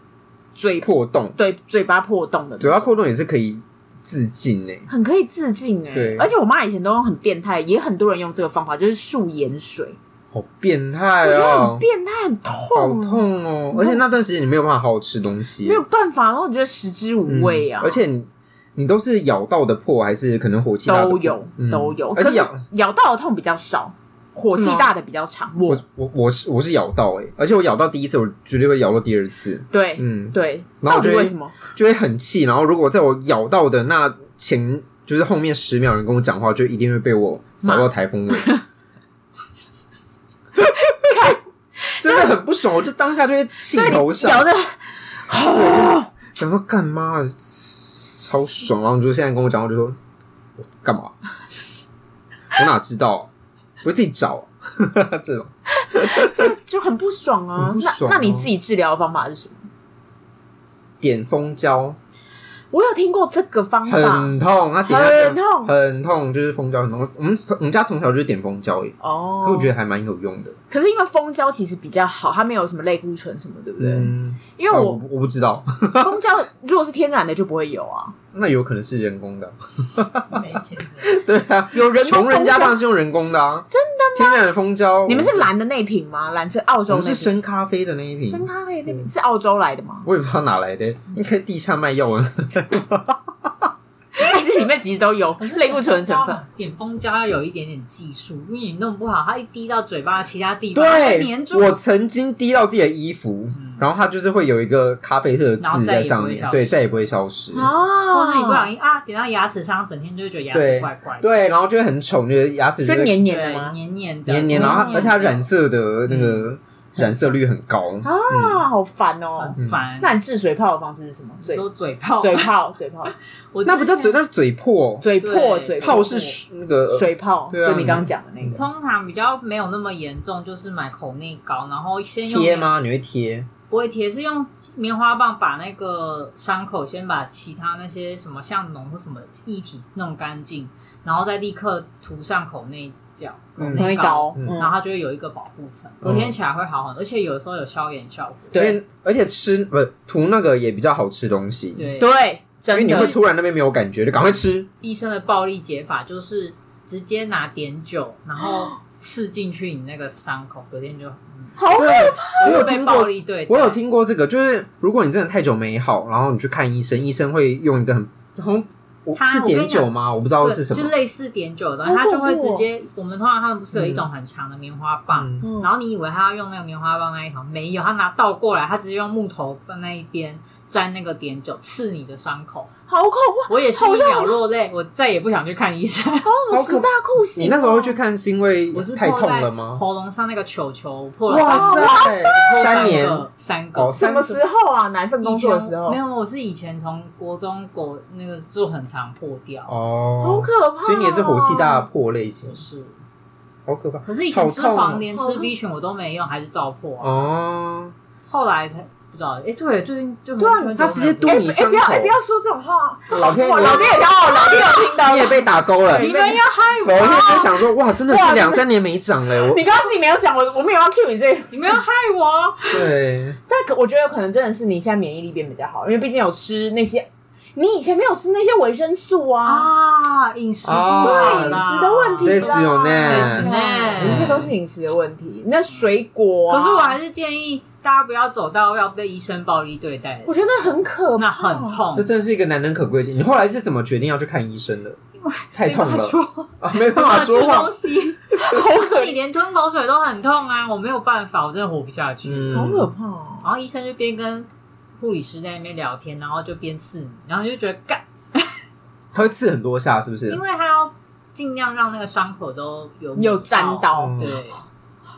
A: 嘴
B: 破洞，
A: 对嘴巴破洞的那种
B: 嘴巴破洞也是可以自欸尽诶、
A: 很可以自尽哎、
B: 对
A: 而且我妈以前都用很变态，也很多人用这个方法，就是漱盐水，
B: 好变态
A: 我觉得
B: 哦
A: 很、变态，很
B: 好
A: 痛，
B: 痛哦、而且那段时间你没有办法好好吃东西，欸
A: 没有办法，然后我觉得食之无味啊，
B: 嗯而且你你都是咬到的破，还是可能火气大的
A: 都
B: 破
A: 有、
B: 嗯
A: 都有，
B: 而
A: 可
B: 且
A: 是
B: 咬
A: 咬到的痛比较少，火气
B: 是吗
A: 大的比较长。我
B: 我我我是我是咬到哎、而且我咬到第一次，我绝对会咬到第二次。
A: 对、
B: 嗯，
A: 对，
B: 然后我
A: 到底
B: 就会
A: 为什么？
B: 就会很气。然后如果在我咬到的那前，就是后面十秒有人跟我讲话，就一定会被我扫到台 风尾。真的很不爽，我就当下就会气
A: 对
B: 头
A: 你
B: 上
A: 咬，的
B: 想说干嘛，超爽。然后你就现在跟我讲话，我就说我干嘛？我哪知道？我自己找 这种。
A: 就很不爽啊。
B: 很不爽啊
A: 那那你自己治疗的方法是什么？
B: 点蜂胶
A: 我有听过这个方法
B: 很痛，它点下去
A: 很痛
B: 很痛，就是蜂胶很痛。我们我们家从小就是点蜂胶耶，
A: 哦，
B: 可我觉得还蛮有用的。
A: 可是因为蜂胶其实比较好，它没有什么类固醇什么，对不对？
B: 嗯，
A: 因为
B: 啊
A: 我
B: 不我不知道，
A: 蜂胶如果是天然的就不会有啊，
B: 那有可能是人工的。
C: 没钱的。
B: 对 啊，
A: 有人工
B: 穷人家
A: 蜂胶
B: 当然是用人工的啊，真的吗？天然的蜂胶，
A: 你们是
B: 我
A: 蓝的那一瓶吗？蓝色澳
B: 我
A: 洲
B: 们是
A: 那瓶，
B: 深咖啡的那一
A: 深
B: 瓶，嗯
A: 咖啡那瓶是澳洲来的吗？
B: 我也不知道哪来的，应该地下卖药啊。
A: 还是里面其实 都有类固醇的成分？
C: 点蜂胶要有一点点技术，因为你弄不好，它一滴到嘴巴的其他地方，它会
B: 对
C: 粘，住。
B: 我曾经滴到自己的衣服，然后它就是会有一个咖啡色的
C: 然后
B: 字
C: 再
B: 在
C: 也不
B: 上
C: 会消
B: 面，
C: 失
B: 对，再也不会消失。
A: 哦，
C: 或者你不小心啊，点到牙齿上，整天就会觉得牙齿
B: 对
C: 怪怪的，
B: 对，然后就会很丑，觉得牙齿
A: 就
B: 会
A: 黏黏
C: 对
A: 的吗？
C: 黏黏的，
B: 黏黏，然后它而且它染
C: 色
B: 色的那个染色率很高。嗯
A: 啊，好烦哦！
C: 很烦。
A: 那你治水泡的方式是什么？嘴
C: 说嘴泡，
A: 嘴泡，嘴泡，
C: 我之前
B: 那不叫嘴，那是嘴破，
A: 嘴破，
C: 对
A: 嘴
B: 泡
A: 破
B: 是那个
A: 水泡，
B: 对啊
A: 就你刚刚讲的那个。
C: 通常比较没有那么严重，就是买口内膏，然后先用
B: 贴？吗？你会贴？
C: 不会贴，是用棉花棒把那个伤口先把其他那些什么像脓或什么液体弄干净，然后再立刻涂上口内角、口
B: 嗯
A: 容易
C: 内膏
A: 高，，
B: 嗯
A: 嗯，
C: 然后它就会有一个保护层，隔天起来会好很，而且有的时候有消炎效果。
B: 因
A: 对
B: 为而且吃不是涂那个也比较好吃东西，，
C: 对，
A: 对，
B: 因为
A: 真
B: 你会
A: 的
B: 突然那边没有感觉，就赶快吃。
C: 医生的暴力解法就是直接拿碘酒，然后刺进去你那个伤口，隔天就。嗯
A: 好可
B: 我有
C: 会被
B: 听
C: 暴
B: 过，
C: 力对待，
B: 我有听过这个，就是如果你真的太久没好，然后你去看医生，医生会用一个很好像我
C: 他
B: 是
C: 我跟你
B: 碘酒
C: 讲
B: 吗？我不知道
C: 对，
B: 是什
C: 就
B: 么，
C: 类似碘酒的东西，
A: 好
C: 它就会
A: 恐怖
C: 直
A: 哦
C: 接。我们通常他们不是有一种很长的棉花棒，
B: 嗯
A: 嗯
C: 然后你以为他要用那个棉花棒那一头，没有，他拿倒过来，他直接用木头的那一边沾那个碘酒刺你的伤口。
A: 好恐怖！
C: 我也是
A: 好
C: 一
A: 痛
C: 秒落泪，我再也不想去看医生。
A: 好十大酷刑哦！
B: 你那时候会去看是因为
C: 我是
B: 太
C: 破
B: 痛
C: 在
B: 了吗？
C: 喉咙上那个球球破了三
B: 哇
C: 个，
B: 塞，
C: 破了
B: 三
C: 个
B: 年
C: 三个
B: 哦，。
A: 什
B: 三
A: 么
B: 个
A: 时候啊？哪一份
C: 以
A: 工
C: 前
A: 作的时候
C: 没？有，我是以前从国中国那个就很常破掉，
A: 好
B: 哦，
A: 可怕哦！
B: 所以你也是火气大的破类型
C: 就，是。
B: 好可怕
C: 可是以前吃
B: 好痛哦
C: 黄连、吃 B 群我都没用，还是照破啊。
B: 哦。
C: 后来才不知道，哎、对，最近就很
A: 对啊
C: 很久
B: 他直接
C: 没有
B: 剁
A: 哎
B: 你
A: 不哎
B: 伤
A: 不
B: 口
A: 要，哎不要说这种话！
B: 老天
A: 哇，
B: 爷
A: 老爹也哦，老爹有听到
B: 哎你也被打勾了。
A: 对
C: 你们要害
B: 我啊
C: 我，
B: 也是想说，哇，真的
A: 哇
B: 是两三年没长嘞。我
A: 你刚刚自己没有讲，我我没有要 cue 你这个，
C: 你们要害我，啊
B: 对，
A: 但可我觉得有可能真的是你现在免疫力变比较好，因为毕竟有吃那些，你以前没有吃那些维生素啊，
C: 啊，饮食
B: 啊
A: 对饮食的问题
B: 对
A: 啦，
B: 是有呢
A: 对一切都是饮食的问题。那水果、啊，
C: 可是我还是建议大家不要走到要被医生暴力对待的
A: 我
C: 程
A: 觉得很可
C: 度，
A: 怕，
C: 那很。
B: 这
C: 痛。
B: 真的是一个难能可贵的。你后来是怎么决定要去看医生的？太痛
C: 没办法
B: 了
C: 说
B: 啊，没办法说
C: 吃
B: 话
C: 东。西，
A: 好可
C: 可你连吞口水都很痛啊！我没有办法，我真的活不下去。
A: 好可
B: 嗯，
A: 怕、哦！
C: 然后医生就边跟护理师在那边聊天，然后就边刺你，然后就觉得干，
B: 他会刺很多下，是不是
C: 因？为他要尽量让那个伤口都有
A: 有沾，到，
B: 嗯
C: 对，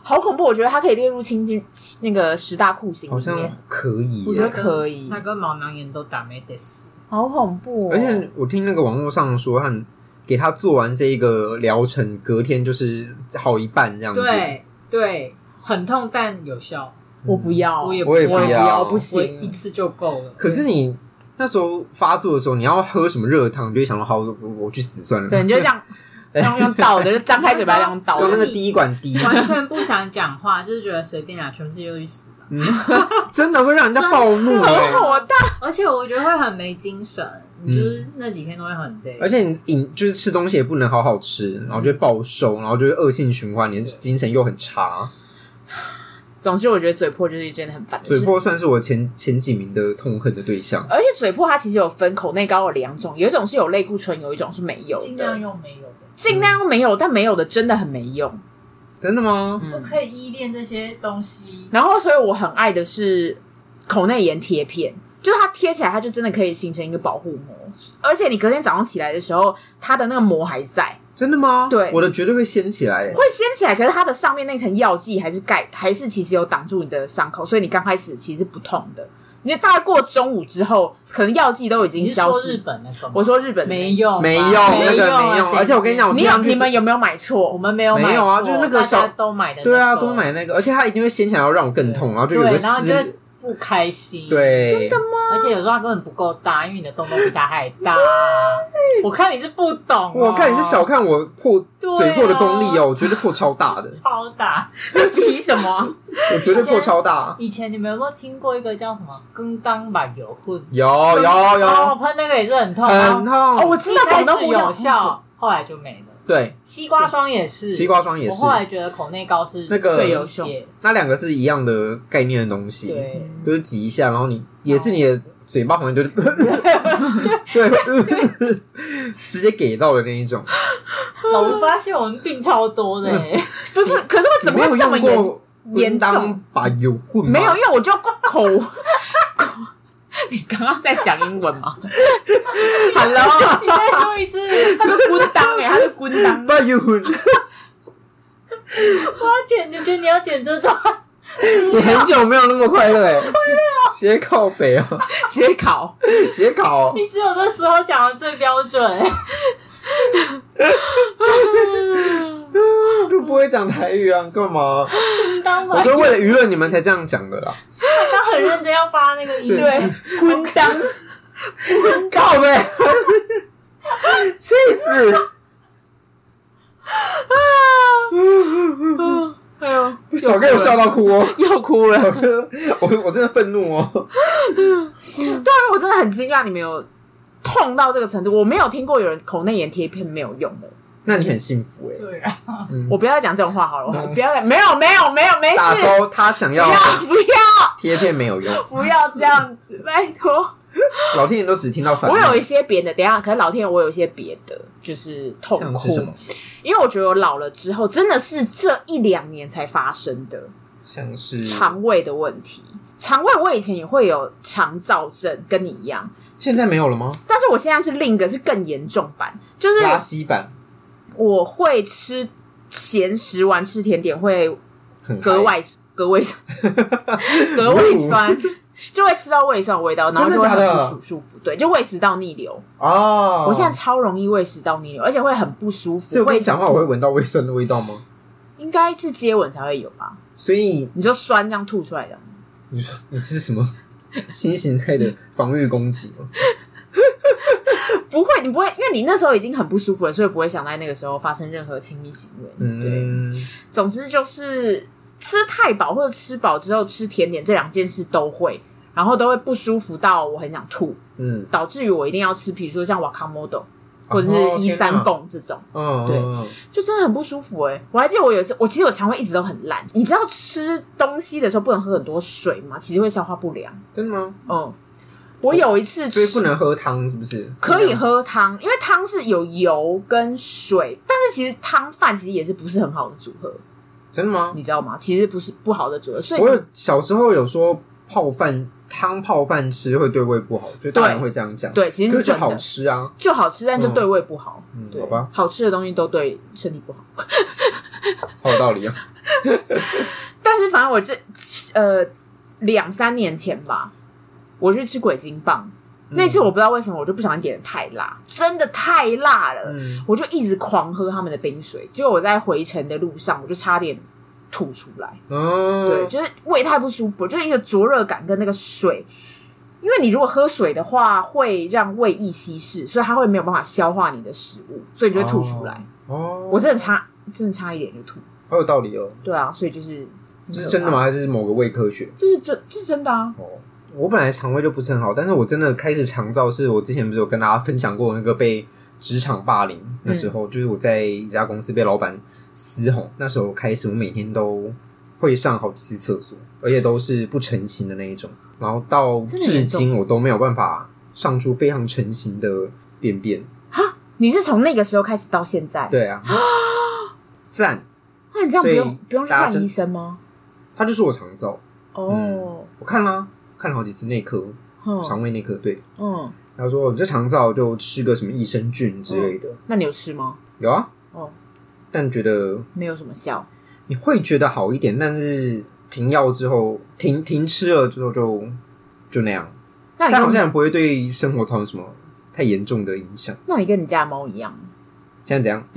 A: 好恐怖！我觉得它可以列入清金那个十大酷刑
B: 好
A: 里
B: 像
A: 面，
B: 可以
A: 我觉得
B: 耶。
A: 可以
C: 他，跟毛囊炎都打没得死。
A: 好恐怖、哦！
B: 而且我听那个网络上说，他给他做完这一个疗程，隔天就是好一半这样子。
C: 对对，很痛但有效，
A: 我不要，
C: 我也
B: 我也不
A: 我也不要，
B: 要
A: 不
C: 我
A: 行
C: 一。次就够了。
B: 可是你那时候发作的时候，你要喝什么热汤，你就会想说，好，我我去死算了。
A: 对，你就这 样，这样用倒的，就张开嘴巴这样倒
B: 就那个
A: 的。
B: 滴一管滴，
C: 完全不想讲话，就是觉得随便啊，全世界就去死吧。
B: 嗯，真的会让人家暴怒哎、
A: 很啊火大，
C: 而且我觉得会很没精神，你就是那几天都会很累。
B: 嗯而且你饮就是吃东西也不能好好吃，然后就会暴瘦，然后就会恶性循环，你的精神又很差。
A: 总之，我觉得嘴破就是一件很烦的
B: 嘴
A: 事。
B: 破算是我前前几名的痛恨的对象。
A: 而且嘴破它其实有分口内膏有两种，有一种是有类固醇，有一种是没有的。
C: 用没有的，
A: 尽量用没有，但没有的真的很没用。
B: 真的吗？
C: 不可以依恋这些东西。
A: 然后，所以我很爱的是口内炎贴片，就是它贴起来，它就真的可以形成一个保护膜，而且你隔天早上起来的时候，它的那个膜还在，
B: 真的吗？
A: 对
B: 我的绝对会掀起来耶。
A: 会掀起来，可是它的上面那层药剂还是盖， 还是其实有挡住你的伤口，所以你刚开始其实不痛的。你大概过中午之后，可能药剂都已经
C: 你是
A: 消
C: 说日
A: 失。
C: 本那个吗？
A: 我说日本的
C: 没用吧，
B: 没
C: 有啊
B: 有那个没用，而且我跟你讲，我
A: 你
B: 听
A: 有
B: 上去
A: 你
B: 是
A: 们有没有买
C: 我
A: 错？
C: 们没有
B: 没
C: 买
B: 有啊
C: 错
B: 就是那个
C: 大家
B: 小
C: 都买的那个，
B: 对啊，多买那个，而且它一定会掀起来，要让我更痛，然后就有
C: 对，
B: 个
C: 然后你就
B: 撕，
C: 不开心，，
B: 对，
A: 真的吗？
C: 而且有时候它根本不够大，因为你的洞洞比它还大。我看你是不懂哦，
B: 我看你是小看我破
C: 对啊
B: 嘴破的功力哦，我绝对破超大的，
C: 超大。
A: 比什么？
B: 我绝对破超大。
C: 以前你们有没有听过一个叫什么“跟当版油混
B: 有”？有
C: 哦，
B: 有，
C: 喷那个也是很痛，
B: 很
C: 然后
A: 哦，我
B: 痛。
A: 知道
C: 一
A: 广
C: 开
A: 东
C: 始
A: 胡椒
C: 有效，后来就没了。
B: 对，
C: 西瓜霜也是，
B: 嗯西瓜霜也
C: 我
B: 是
C: 后，来觉得口内膏是
B: 那个
A: 最有效
C: 解，
B: 那两个是一样的概念的东西，
C: 对，
B: 就是挤一下，然后你也是你的嘴巴旁边 就是对，呃直接给到的那一种。
C: 老吴发现我们病超多 的欸，
A: 不是？可是我怎么
B: 你
A: 会
B: 没
A: 这
B: 有
A: 么
B: 用
A: 严？
B: 过
A: 严重
B: 当把油棍吗
A: 没有，因？为我就口口。你刚刚在讲英文吗？Hello，
C: 你再说一次，
A: 他是滚当哎，他是滚 当。
B: 把油棍，
C: 我要剪，你觉得你要剪这段？
B: 你很久没有那么快乐 哎，斜靠北啊，
A: 写考，
B: 斜 考
C: 你只有这时候讲的最标准。
B: 就不会讲台语啊，干嘛？
C: 当
B: 我
C: 晚
B: 都为了娱乐你们才这样讲的啦。
C: 他很认真要发那个音，
B: 对，
A: 滚当，
B: 靠呗，气死！
A: 啊 哎呦，
B: 小哥有笑到哭哦，
A: 又哭了。
B: 小哥，我我真的愤怒哦。
A: 对啊，我真的很惊讶，你们有痛到这个程度，我没有听过有人口内炎贴片没有用的。
B: 那你很幸福哎，
C: 对啊，
A: 我不要再讲这种话好了，我
B: 嗯
A: 不要再没有没有没有没
B: 打
A: 事，
B: 勾他想
A: 不
B: 要
A: 要不要
B: 贴片没有用，
A: 不要这样子，拜托。
B: 老天爷都只听到反
A: 我
B: 面。
A: 有一些别的，等一下，可是老天爷我有一些别的，就是痛
B: 像
A: 哭
B: 是什么？
A: 因为我觉得我老了之后，真的是这一两年才发生的
B: 嗯像是
A: 肠胃的问题。肠胃我以前也会有肠燥症，跟你一样，
B: 现在没有了吗？
A: 但是我现在是另一个是更严重版，就是
B: 拉稀版
A: 我会吃咸食完吃甜点会
B: 很
A: 格
B: 嗨，
A: 外格外 格外酸，就会吃到胃酸的味道，然后就
B: 真
A: 会
B: 的假的
A: 很不舒服，对，就胃食道逆流。
B: 哦。
A: 我现在超容易胃食道逆流，而且会很不舒
B: 所以
A: 服。
B: 我跟
A: 胃
B: 你讲话，我会闻到胃酸的味道吗？
A: 应该是接吻才会有吧？
B: 所以
A: 你就酸这样吐出来的，
B: 你说你是什么 新形态的防御攻击吗？
A: 不会，你不会，因为你那时候已经很不舒服了，所以不会想在那个时候发生任何亲密行为。对，
B: 嗯，
A: 总之就是吃太饱或者吃饱之后吃甜点这两件事都会，然后都会不舒服到我很想吐，
B: 嗯，
A: 导致于我一定要吃，比如说像瓦卡莫豆或者
B: 哦
A: 是一三，
B: 天
A: 贡这种，
B: 哪嗯，
A: 对
B: 嗯，嗯
A: 就真的很不舒服哎、我还记得我有一次，我其实我肠胃一直都很烂，你知道吃东西的时候不能喝很多水吗？其实会消化不良。
B: 真的吗？
A: 嗯，我有一次
B: 所以
A: 吃
B: 不能喝汤，是不是？
A: 可以喝汤，因为汤是有油跟水，但是其实汤饭其实也是不是很好的组合，
B: 真的吗？
A: 你知道吗？其实不是不好的组合，所以
B: 我有小时候有说泡饭汤泡饭吃会对胃不好，就大人会这样讲。，
A: 对，其实
B: 可是
A: 是
B: 就
A: 真的
B: 好吃啊。
A: 就好吃，但就
B: 嗯
A: 对胃不好。
B: 嗯
A: 对，
B: 好吧，
A: 好吃的东西都对身体不好。
B: 好有道理啊。
A: 但是反正我这呃两三年前吧，我去吃鬼金棒， 那
B: 嗯
A: 次我不知道为什么我就不小心点的太辣，真的太辣了，
B: 嗯，
A: 我就一直狂喝他们的冰水，结果我在回程的路上我就差点吐出来。对，
B: 哦，
A: 就是胃太不舒服，就是一个灼热感跟那个水。因为你如果喝水的话，会让胃液稀释，所以它会没有办法消化你的食物，所以你就会吐出来。
B: 哦，
A: 我真的差，真的差一点就吐。
B: 好有道理哦。
A: 对啊，所以就是
B: 这是真的？吗？还是某个胃科学？
A: 这是真，这是真的啊！
B: 哦，我本来肠胃就不是很好，但是我真的开始肠燥，是我之前不是有跟大家分享过那个被职场霸凌那
A: 嗯
B: 时候，就是我在一家公司被老板嘶吼，那时候开始我每天都会上好几次厕所，而且都是不成型的那一种，然后到
A: 真的严
B: 至
A: 重
B: 今我都没有办法上出非常成型的便便。
A: 你是从那个时候开始到现在，
B: 对啊，赞。
A: 那你这样不
B: 所
A: 用
B: 以
A: 不用去
B: 大家
A: 看
B: 真嗯
A: 医生吗？
B: 他就说我肠燥，
A: 哦，
B: 我看啦、看了好几次内科，肠
A: 嗯
B: 胃内科对，
A: 嗯，
B: 他说你这肠燥就吃个什么益生菌
A: 哦
B: 之类的，
A: 那你有吃吗？
B: 有啊，
A: 哦，
B: 但觉得
A: 没有什么效。
B: 你会觉得好一点，但是停药之后停停吃了之后就就那样，
A: 那你
B: 但好
A: 跟
B: 像也不会对生活造成什么太严重的影响。
A: 那你跟你家的猫一样，
B: 现在怎样？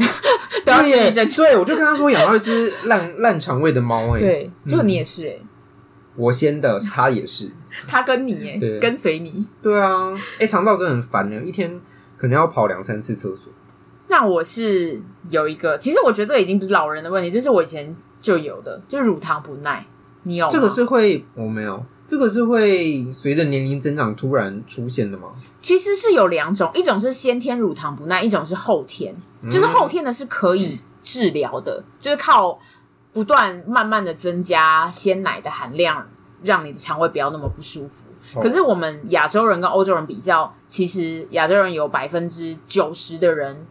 A: 都要吃医生去。
B: 对，我就跟他说养到一只烂 烂肠胃的猫、欸，
A: 对，结果你也是哎、
B: 我先的，他也是。
A: 它跟你哎、
B: 对
A: 跟随你。
B: 对啊，哎、肠道真的很烦欸呢，一天可能要跑两三次厕所。
A: 那我是有一个，其实我觉得这个已经不是老人的问题，这是我以前就有的，就是乳糖不耐。你有吗
B: 这个是会，我没有，这个是会随着年龄增长突然出现的吗？
A: 其实是有两种，一种是先天乳糖不耐，一种是后天。
B: 嗯
A: 就是后天的是可以治疗的，就是靠不断慢慢的增加鲜奶的含量，让你的肠胃不要那么不舒服。
B: 哦
A: 可是我们亚洲人跟欧洲人比较，其实亚洲人有百分之九十的人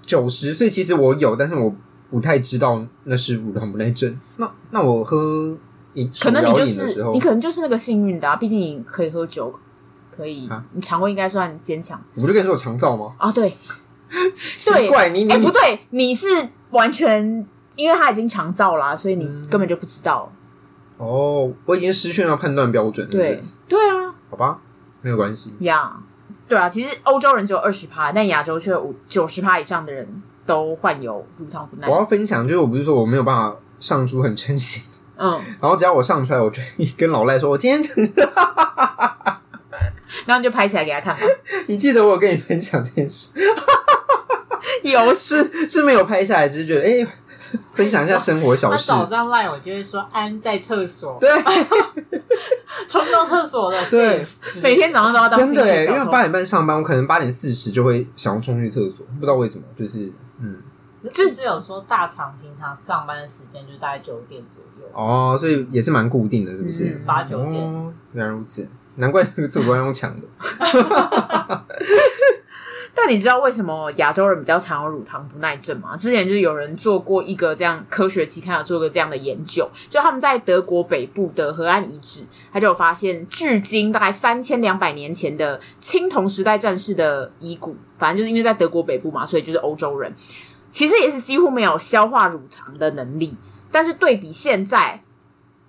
B: 九十岁，其实我有，但是我不太知道那是乳糖不耐症。那那我喝饮
A: 可能你
B: 手摇
A: 就
B: 饮的时
A: 是
B: 候
A: 你可能就是那个幸运的、啊，毕竟你可以喝酒，可以、
B: 啊
A: 你肠胃应该算坚强
B: 我不就跟你说我肠燥吗？
A: 啊。对，
B: 奇
A: 对
B: 怪，你你、
A: 哎、不对，你是完全因为他已经肠燥啦、所以你
B: 嗯
A: 根本就不知道。
B: 哦，我已经失去了判断标准。
A: 对
B: 是不是，
A: 对啊，
B: 好吧，没有关系。
A: 呀对啊，其实欧洲人只有二十趴，但亚洲却有九十趴以上的人都患有乳糖不耐
B: 我。要分享就是，我不是说我没有办法上出很称心，
A: 嗯，
B: 然后只要我上出来，我就会跟老赖说，我今天
A: 然后你就拍起来给他看吧。
B: 你记得我有跟你分享这件事，
A: 有是
B: 是是没有拍下来，只是觉得哎、分享一下生活小
C: 他
B: 事。
C: 早上赖我就会说安在厕所，
B: 对，
C: 冲到厕所了。
B: 对
C: safe
A: 每天早上都要当
B: 真的哎、
A: 兴趣
B: 因
A: 小
B: 为
A: 偷
B: 八点半上班，我可能八点四十就会想要冲去厕所，不知道为什么，就是嗯，
C: 就是有说大厂平常上班的时间就大概九点左右，
B: 哦，所以也是蛮固定的，是不是？
A: 嗯
C: 八九点。
B: 哦，原来如此，难怪 那个厕所要用抢的。
A: 但你知道为什么亚洲人比较常有乳糖不耐症吗？之前就是有人做过一个这样科学期刊有做过这样的研究，就他们在德国北部的河岸遗址，他就有发现，距今大概三千两百年前的青铜时代战士的遗骨，反正就是因为在德国北部嘛，所以就是欧洲人，其实也是几乎没有消化乳糖的能力。但是对比现在，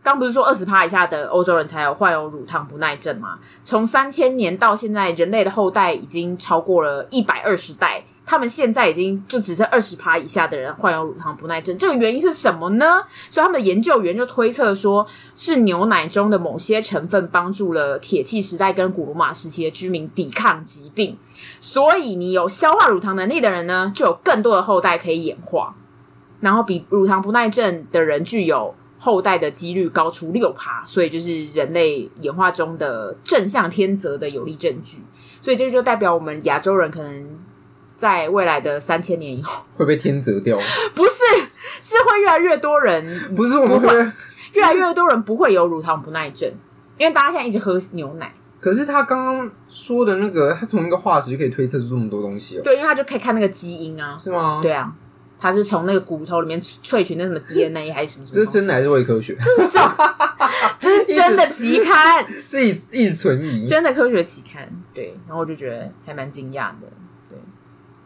A: 刚不是说二十趴以下的欧洲人才有患有乳糖不耐症吗？从三千年到现在，人类的后代已经超过了一百二十代，他们现在已经就只剩二十趴以下的人患有乳糖不耐症。这个原因是什么呢？所以他们的研究员就推测说，是牛奶中的某些成分帮助了铁器时代跟古罗马时期的居民抵抗疾病，所以你有消化乳糖能力的人呢，就有更多的后代可以演化。然后比乳糖不耐症的人具有后代的几率高出六趴，所以就是人类演化中的正向天择的有力证据。所以这就代表我们亚洲人可能在未来的三千年以后，
B: 会被天择掉，
A: 不是是会越来越多人，
B: 不是我们
A: 不会
B: 会。
A: 越来越多人不会有乳糖不耐症，因为大家现在一直喝牛奶，
B: 可是他刚刚说的那个，他从一个化石就可以推测出这么多东西哦，
A: 对，因为他就可以看那个基因啊，
B: 是吗？，
A: 对啊，他是从那个骨头里面萃取那什么 DNA 还是什么什么
B: 这是
A: 东西，
B: 真的还是伪科学？
A: 这是真， 这是真的期刊。
B: 这一直一直存疑。
A: 真的科学期刊，对，然后我就觉得还蛮惊讶的，对。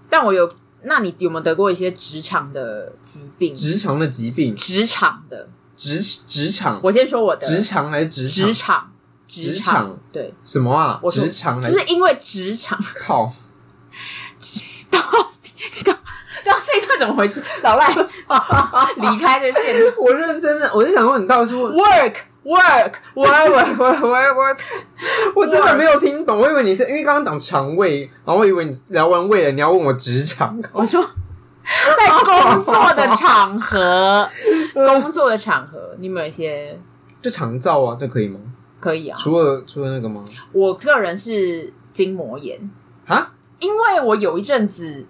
A: 但我有，那你有没有得过一些职场的疾病？
B: 直肠的疾病，
A: 职场的，
B: 直直肠，
A: 我先说我的
B: 直肠还是直
A: 职
B: 肠？
A: 场，
B: 职
A: 职
B: 场
A: 场，对，
B: 什么啊？
A: 我说
B: 直肠
A: 就
B: 还是
A: 是因为职场
B: 靠？
A: 到底刚刚刚那段怎么回事？老赖离开这个现场
B: 我认真的，我就想说你到底是我，
A: ，work work work work work work work，
B: 我真的没有听懂，我以为你是因为刚刚讲肠胃，然后我以为你聊完胃了，你要问我直肠。
A: 我说在工作的场 合，工作的场合，你有没有一些
B: 就肠燥啊，这可以吗？
A: 可以啊？
B: 除了除了那个吗？
A: 我个人是筋膜炎，
B: 啊，
A: 因为我有一阵子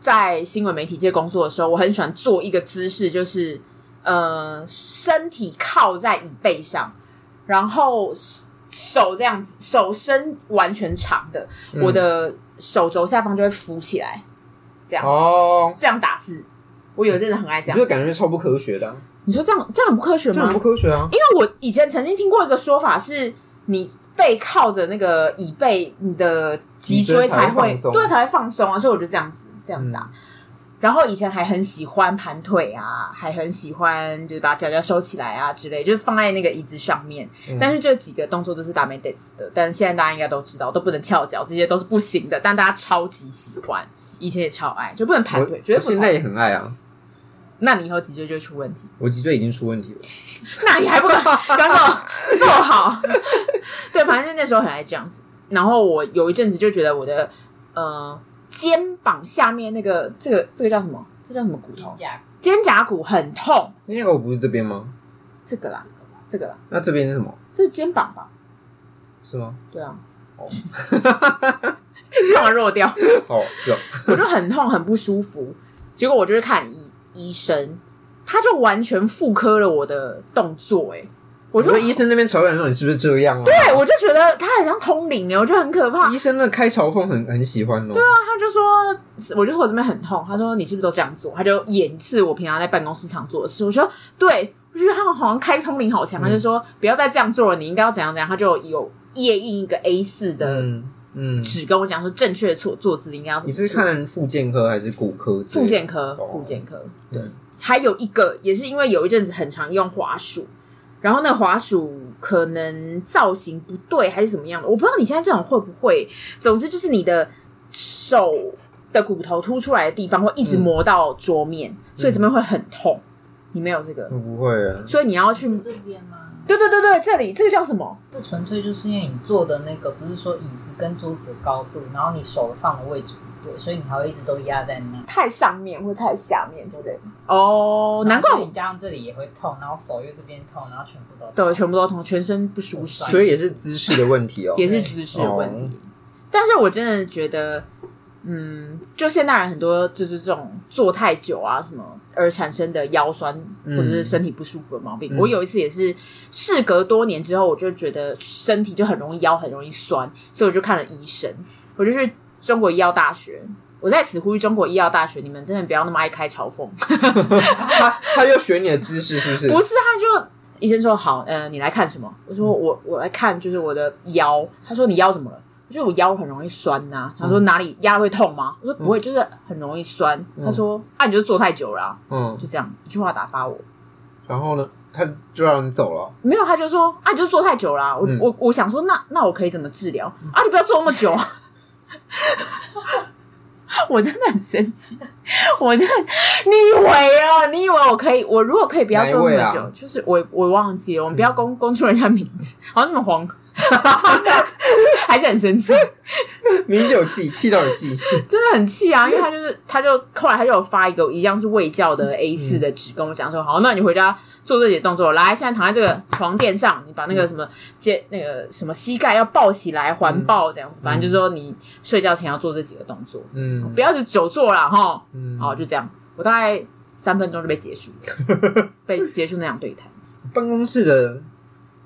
A: 在新闻媒体界工作的时候，我很喜欢做一个姿势，就是呃，身体靠在椅背上，然后手这样子，手伸完全长的，
B: 嗯
A: 我的手肘下方就会浮起来，这样、
B: 哦，
A: 这样打字。我有一阵子很爱这
B: 你
A: 样
B: 这。个感觉是超不科学的啊、
A: 你说这样这样很不科学
B: 这很
A: 吗
B: 不？科学啊！
A: 因为我以前曾经听过一个说法是，你背靠着那个椅背，你的脊椎才会
B: 脊椎才会放松嗯
A: 对才会放松啊，所以我就这样子这样打。然后以前还很喜欢盘腿啊，还很喜欢就是把脚脚收起来啊之类，就是放在那个椅子上面。
B: 嗯
A: 但是这几个动作都是打 m e d e 的，但是现在大家应该都知道，都不能翘脚，这些都是不行的。但大家超级喜欢，以前也超爱，就不能盘腿，
B: 我
A: 绝对
B: 我
A: 不
B: 现
A: 能盘
B: 在
A: 腿。
B: 也很爱啊，
A: 那你以后脊椎就会出问题。
B: 我脊椎已经出问题了。
A: 那你 还不赶赶快做好？ 对，反正那时候很爱这样子。然后我有一阵子就觉得我的呃肩膀下面那个这个这个叫什么？这叫什么骨
C: 肩
A: 头？
C: 胛
A: 肩胛骨很痛，
B: 那个我不是这边吗？
A: 这个啦，这个啦，
B: 那这边是什么？
A: 这是肩膀吧？
B: 是吗？
A: 对啊，
B: 哦
A: 干嘛弱掉？
B: 哦，是哦，
A: 我就很痛，很不舒服。结果我就去看医医生，他就完全复刻了我的动作、欸，哎，我
B: 我
A: 就
B: 说医生那边嘲笑你说你是不是这样啊？
A: 对我就觉得他很像通灵、欸，我就很可怕。
B: 医生那开嘲讽很很喜欢哦。对啊，
A: 他就说，我就说我这边很痛。他说你是不是都这样做？他就演一次我平常在办公室常做的事。我说对，我觉得他们好像开通灵好强。
B: 嗯
A: 他就说不要再这样做了，你应该要怎样怎样。他就有夜印一个 A 四的
B: 嗯嗯，
A: 纸跟我讲说正确的坐坐姿应该要怎
B: 你
A: 么
B: 是
A: 做。
B: 看附件科还是骨科之类的？
A: 复健科
B: 哦，
A: 复健科
B: 对
A: 还有一个也是因为有一阵子很常用滑鼠，然后那滑鼠可能造型不对还是什么样的，我不知道你现在这种会不会。总之就是你的手的骨头凸出来的地方会一直磨到桌面，所以这边会很痛。你没有这个，
B: 我不会啊。
A: 所以你要去。
C: 是这边吗？
A: 对对对对，这里这个叫什么？
C: 不纯粹就是因为你坐的那个不是说椅子跟桌子的高度，然后你手放的位置不对，所以你才会一直都压在那。
A: 太上面或太下面之类的。哦，难怪
C: 然后所以
A: 我
C: 你加上这里也会痛，然后手又这边痛，然后全部都痛。
A: 对全部都痛，全身不舒适。
B: 所以也是姿势的问题哦。
A: 也是姿势的问题。
B: 哦
A: 但是我真的觉得，嗯，就现代人很多就是这种坐太久啊什么而产生的腰酸
B: 嗯
A: 或者是身体不舒服的毛病。
B: 嗯
A: 我有一次也是，事隔多年之后，我就觉得身体就很容易腰很容易酸，所以我就看了医生，我就去中国医药大学。我在此呼吁中国医药大学，你们真的不要那么爱开嘲讽。
B: 他他又选你的姿势是不是？
A: 不是，他就医生说好，呃，你来看什么？我说我我来看就是我的腰。他说你腰怎么了？我说我腰很容易酸呐、他说哪里压会痛吗？我说不会，就是很容易酸。
B: 嗯
A: 他说啊，你就坐太久了啊、
B: 嗯，
A: 就这样一句话打发我。
B: 然后呢，他就让你走了。
A: 没有，他就说啊，你就坐太久了啊、我、
B: 嗯
A: 我我想说，那那我可以怎么治疗啊？ 你不要坐那么久。我真的很生气，我真的，你以为啊？你以为我可以？我如果可以不要坐那
B: 哪
A: 么
B: 一位
A: 久，
B: 啊嗯
A: 就是我我忘记了，我们不要公、公出人家名字，好像什么黄， 还是很生气，
B: 明就有气，气到有 气。
A: 真的很气啊！因为他就是，他就后来他就有发一个一样是卫教
B: 嗯
A: 的 A 四的纸跟我讲说，好，那你回家做这些动作，来，现在躺在这个床垫上，你把那个什么肩、那个什么膝盖要抱起来环抱这样子，反正就是说你睡觉前要做这几个动作，
B: 嗯
A: 不，要就久坐啦，哈。
B: 嗯
A: 好，就这样，我大概三分钟就被结束了， 被结束那样对谈，
B: 办公室的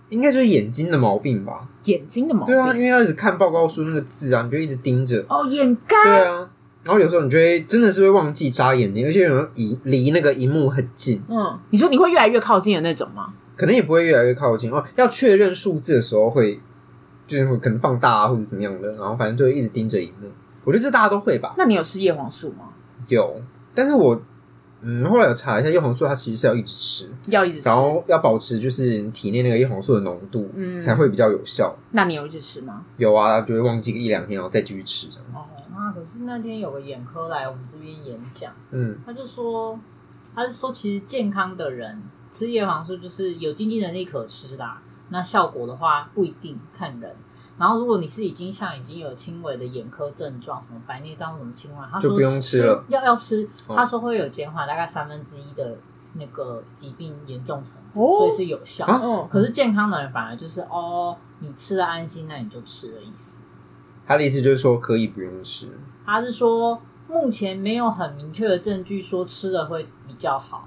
B: 应该就是眼睛的毛病吧？
A: 眼睛的毛病，
B: 对啊，因为要一直看报告书那个字啊，你就一直盯着。
A: 哦，眼
B: 对
A: 干，
B: 啊，然后有时候你就会真的是会忘记眨眼睛，而且有时候离离那个荧幕很近，
A: 嗯，你说你会越来越靠近的那种吗？
B: 可能也不会越来越靠近哦。要确认数字的时候会，就是会可能放大啊或者怎么样的，然后反正就会一直盯着荧幕。我觉得这大家都会吧，
A: 那你有吃叶黄素吗？
B: 有。但是我嗯后来有查一下，叶黄素它其实是要一直吃，
A: 要一直吃
B: 然，后要保持就是体内那个叶黄素的浓度，
A: 嗯
B: 才会比较有效。
A: 那你有一直吃吗？
B: 有啊，就会忘记个一两天，然后再继续吃这样。
A: 哦，
C: 啊，可是那天有个眼科来我们这边演讲，
B: 嗯
C: 他就说，他是说其实健康的人吃叶黄素就是有经济能力可吃啦，那效果的话不一定看人。然后如果你是已经像已经有轻微的眼科症状，什么白内障什么青光，他说
B: 就不用吃了
C: 要要吃，
B: 哦
C: 他说会有减缓大概三分之一的那个疾病严重程度，
A: 哦
C: 所以是有效。
B: 啊
A: 哦，
C: 可是健康的人反而就是哦，你吃了安心，那你就吃的意思。
B: 他的意思就是说可以不用吃，
C: 他是说目前没有很明确的证据说吃了会比较好。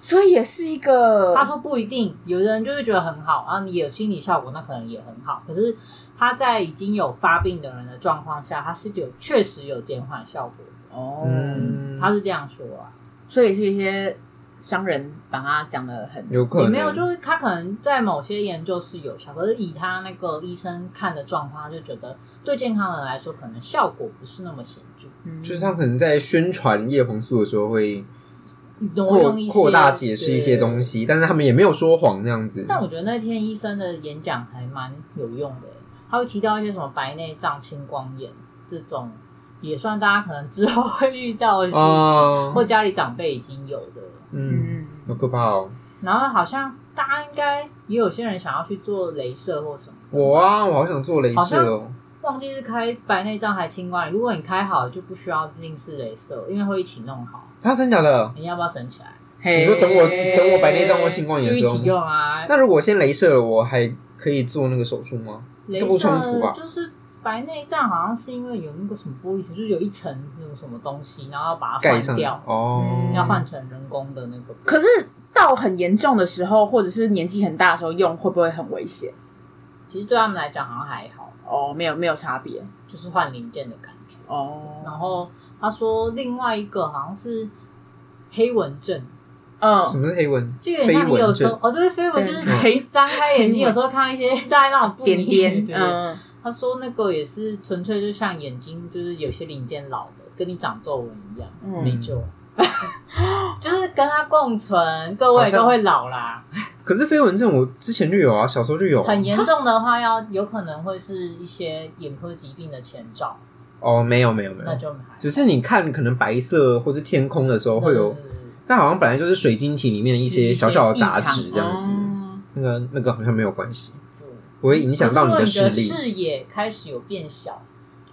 A: 所以也是一个
C: 他说不一定，有的人就会觉得很好，然后你有心理效果，那可能也很好。可是他在已经有发病的人的状况下，他是有确实有减缓效果的。
A: 哦
B: 嗯
C: 他是这样说啊，
D: 所以是一些商人把它讲的很
B: 有可
C: 也
B: 能
C: 没有，就是他可能在某些研究是有效，可是以他那个医生看的状况，他就觉得对健康人来说，可能效果不是那么显著。
D: 嗯
B: 就是他可能在宣传叶黄素的时候会
C: 挪
B: 扩
C: 用一些
B: 扩大解释一些东
C: 西。
B: 西，但是他们也没有说谎那样子。
C: 但我觉得那天医生的演讲还蛮有用的，欸他会提到一些什么白内障、青光眼这种，也算大家可能之后会遇到的事情，
B: 啊，
C: 或家里长辈已经有的。
B: 嗯，
D: 嗯
B: 好可怕哦！
C: 然后好像大家应该也有些人想要去做镭射或什么，
B: 我啊，我好想做镭射哦。
C: 忘记是开白内障还青光眼。如果你开好了，就不需要近视镭射，因为会一起弄好。
B: 啊，真的假的？
C: 你要不要省起来？
D: 嘿
B: 你说等我等我白内障或青光眼
C: 就
B: 的
C: 一
B: 时候
C: 起，用啊！
B: 那如果我先镭射了，我还可以做那个手术吗？
C: 镭
B: 都不冲突吧
C: 射就是白内障，好像是因为有那个什么玻璃层，就是有一层那种什么东西，然后要把它
B: 盖
C: 换
B: 上
C: 掉，
B: 哦
D: 嗯，
C: 要换成人工的那个。
A: 可是到很严重的时候，或者是年纪很大的时候用，会不会很危险？
C: 其实对他们来讲好像还好，
A: 哦，没有没有差别
C: 就是换零件的感觉。
A: 哦。
C: 然后他说另外一个好像是黑纹症，
A: 嗯，
B: 什么是黑纹？
C: 就有点像你
B: 飞
C: 有
B: 蚊
C: 时候
B: 症
C: 哦，对，飞蚊
A: 对
C: 就是可以张开眼睛，有时候看到一些 大家那种不
A: 点
C: 明
A: 点，
C: 对
A: 嗯，
C: 他说那个也是纯粹就像眼睛，就是有些零件老的，跟你长皱纹一样，
A: 嗯
C: 没救。 就是跟他共存，各位都会老啦。
B: 可是飞蚊症我之前就有啊，小时候就有啊。
C: 很严重的话要，有可能会是一些眼科疾病的前兆，
B: 哦，没有没有没
C: 那
B: 有，
C: 就还
B: 只是你看可能白色或是天空的时候会有，那好像本来就是水晶体里面一些小小的杂质这样子，
A: 哦
B: 那个那个好像没有关系，
C: 对
B: 不会影响到你
C: 可
B: 的
C: 是如果
B: 视
C: 你的
B: 力。
C: 视野开始有变小，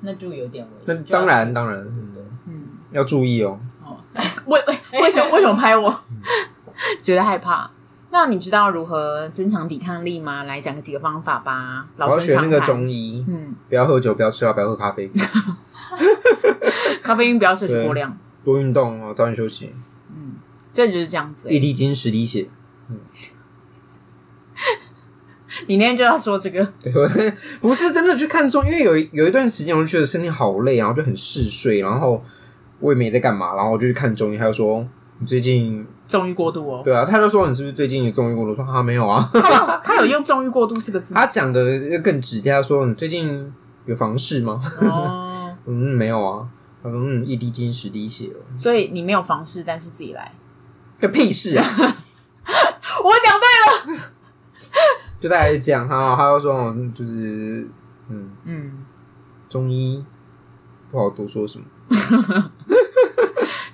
C: 那就有点危
B: 那
C: 险。
B: 当然
C: 就要
B: 当然，嗯
A: 嗯。
B: 要注意哦。
A: 为为为什么为什么拍我？ 觉得害怕。那你知道如何增强抵抗力吗？来讲个几个方法吧。
B: 我
A: 老
B: 要
A: 生
B: 学那
A: 常
B: 个
A: 谈，
B: 中医，
A: 嗯，
B: 不要喝酒，不要吃辣，不要喝咖 啡，
A: 咖啡因不要摄取过量，
B: 多运动哦，早点休息，
A: 这就是这样子、
B: 一滴精十滴血。
A: 你那天就要说这个，
B: 对，我不是真的去看中，因为有一有一段时间我就觉得身体好累，然后就很嗜睡，然后我也没在干嘛，然后我就去看中医，他就说你最近
A: 纵欲过度哦。
B: 对啊，他就说你是不是最近有纵欲过度？我说啊没有 啊，
A: 他有他有用“纵欲过度”四个 字吗
B: 他讲的更直接，他说你最近有房事吗？
A: 哦，
B: 嗯，没有啊。他说嗯，一滴精十滴血哦，
A: 所以你没有房事，但是自己来。
B: 个屁事啊！
A: 我讲对，
B: 就大概是这样，他他就说嗯就是嗯，
A: 嗯，
B: 中医不好多说什么。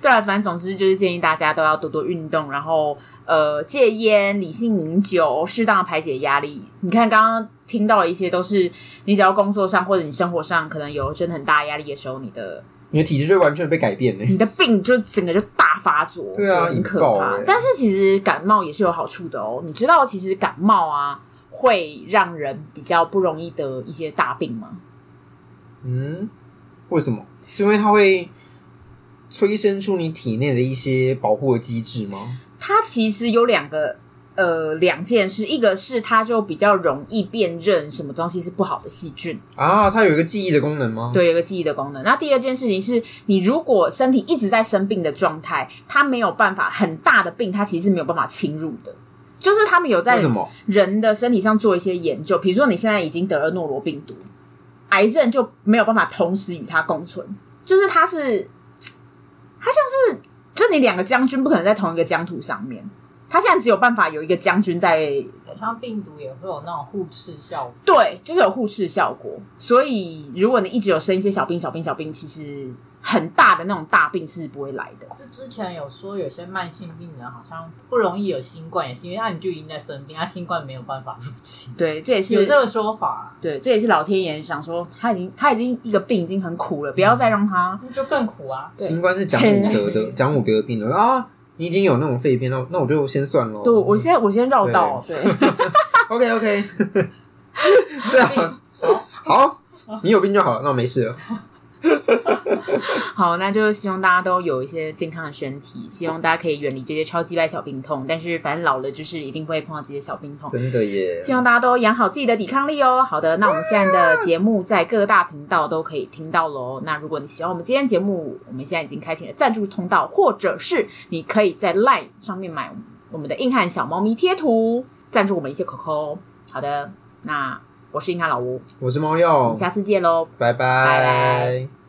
A: 对了，反正总之就是建议大家都要多多运动，然后呃戒烟、理性饮酒，适当的排解压力。你看刚刚听到的一些都是你只要工作上或者你生活上可能有真的很大压力的时候，你的
B: 你的体质就完全被改变嘞、
A: 你的病就整个就大发作，
B: 对啊
A: 很可
B: 引爆
A: 怕
B: 欸。
A: 但是其实感冒也是有好处的哦，你知道其实感冒啊会让人比较不容易得一些大病吗？
B: 嗯，为什么？是因为它会催生出你体内的一些保护的机制吗？
A: 它其实有两个呃两件事，一个是它就比较容易辨认什么东西是不好的细菌，
B: 啊，它有一个记忆的功能吗？，
A: 对，有一个记忆的功能。那第二件事情是你如果身体一直在生病的状态，它没有办法很大的病，它其实是没有办法侵入的。就是他们有在
B: 为什么？
A: 人的身体上做一些研究，比如说你现在已经得了诺罗病毒，癌症就没有办法同时与它共存，就是它是，它像是，就你两个将军不可能在同一个疆土上面，它现在只有办法有一个将军在，
C: 好像病毒也会有那种互斥效果。
A: 对，就是有互斥效果，所以如果你一直有生一些小病、小病、小病，其实很大的那种大病是不会来的。
C: 就之前有说，有些慢性病人好像不容易有新冠，也是因为那啊你就已经在生病，那新冠没有办法入侵，
A: 对，这也是
C: 有这个说法，
A: 对，这也是老天爷想说，他已经他已经一个病已经很苦了，不要再让他
C: 那就更苦啊。
A: 对
B: 新冠是讲武德 的，讲武德的病的啊。你已经有那种肺病，那那我就先算了。
A: 对我先我先绕道，对
B: OK OK，这样好，你有病就好了，那我没事了。
A: 好，那就希望大家都有一些健康的身体，希望大家可以远离这些超级白小病痛。但是反正老了就是一定会碰到这些小病痛，
B: 真的耶！
A: 希望大家都养好自己的抵抗力哦。好的，那我们现在的节目在各大频道都可以听到喽。那如果你喜欢我们今天节目，我们现在已经开启了赞助通道，或者是你可以在 LINE 上面买我们的硬汉小猫咪贴图，赞助我们一些口口。好的，那我是硬汉老吴，
B: 我是猫
A: 我
B: 鼬
A: 们，下次见喽，
B: 拜
A: 拜拜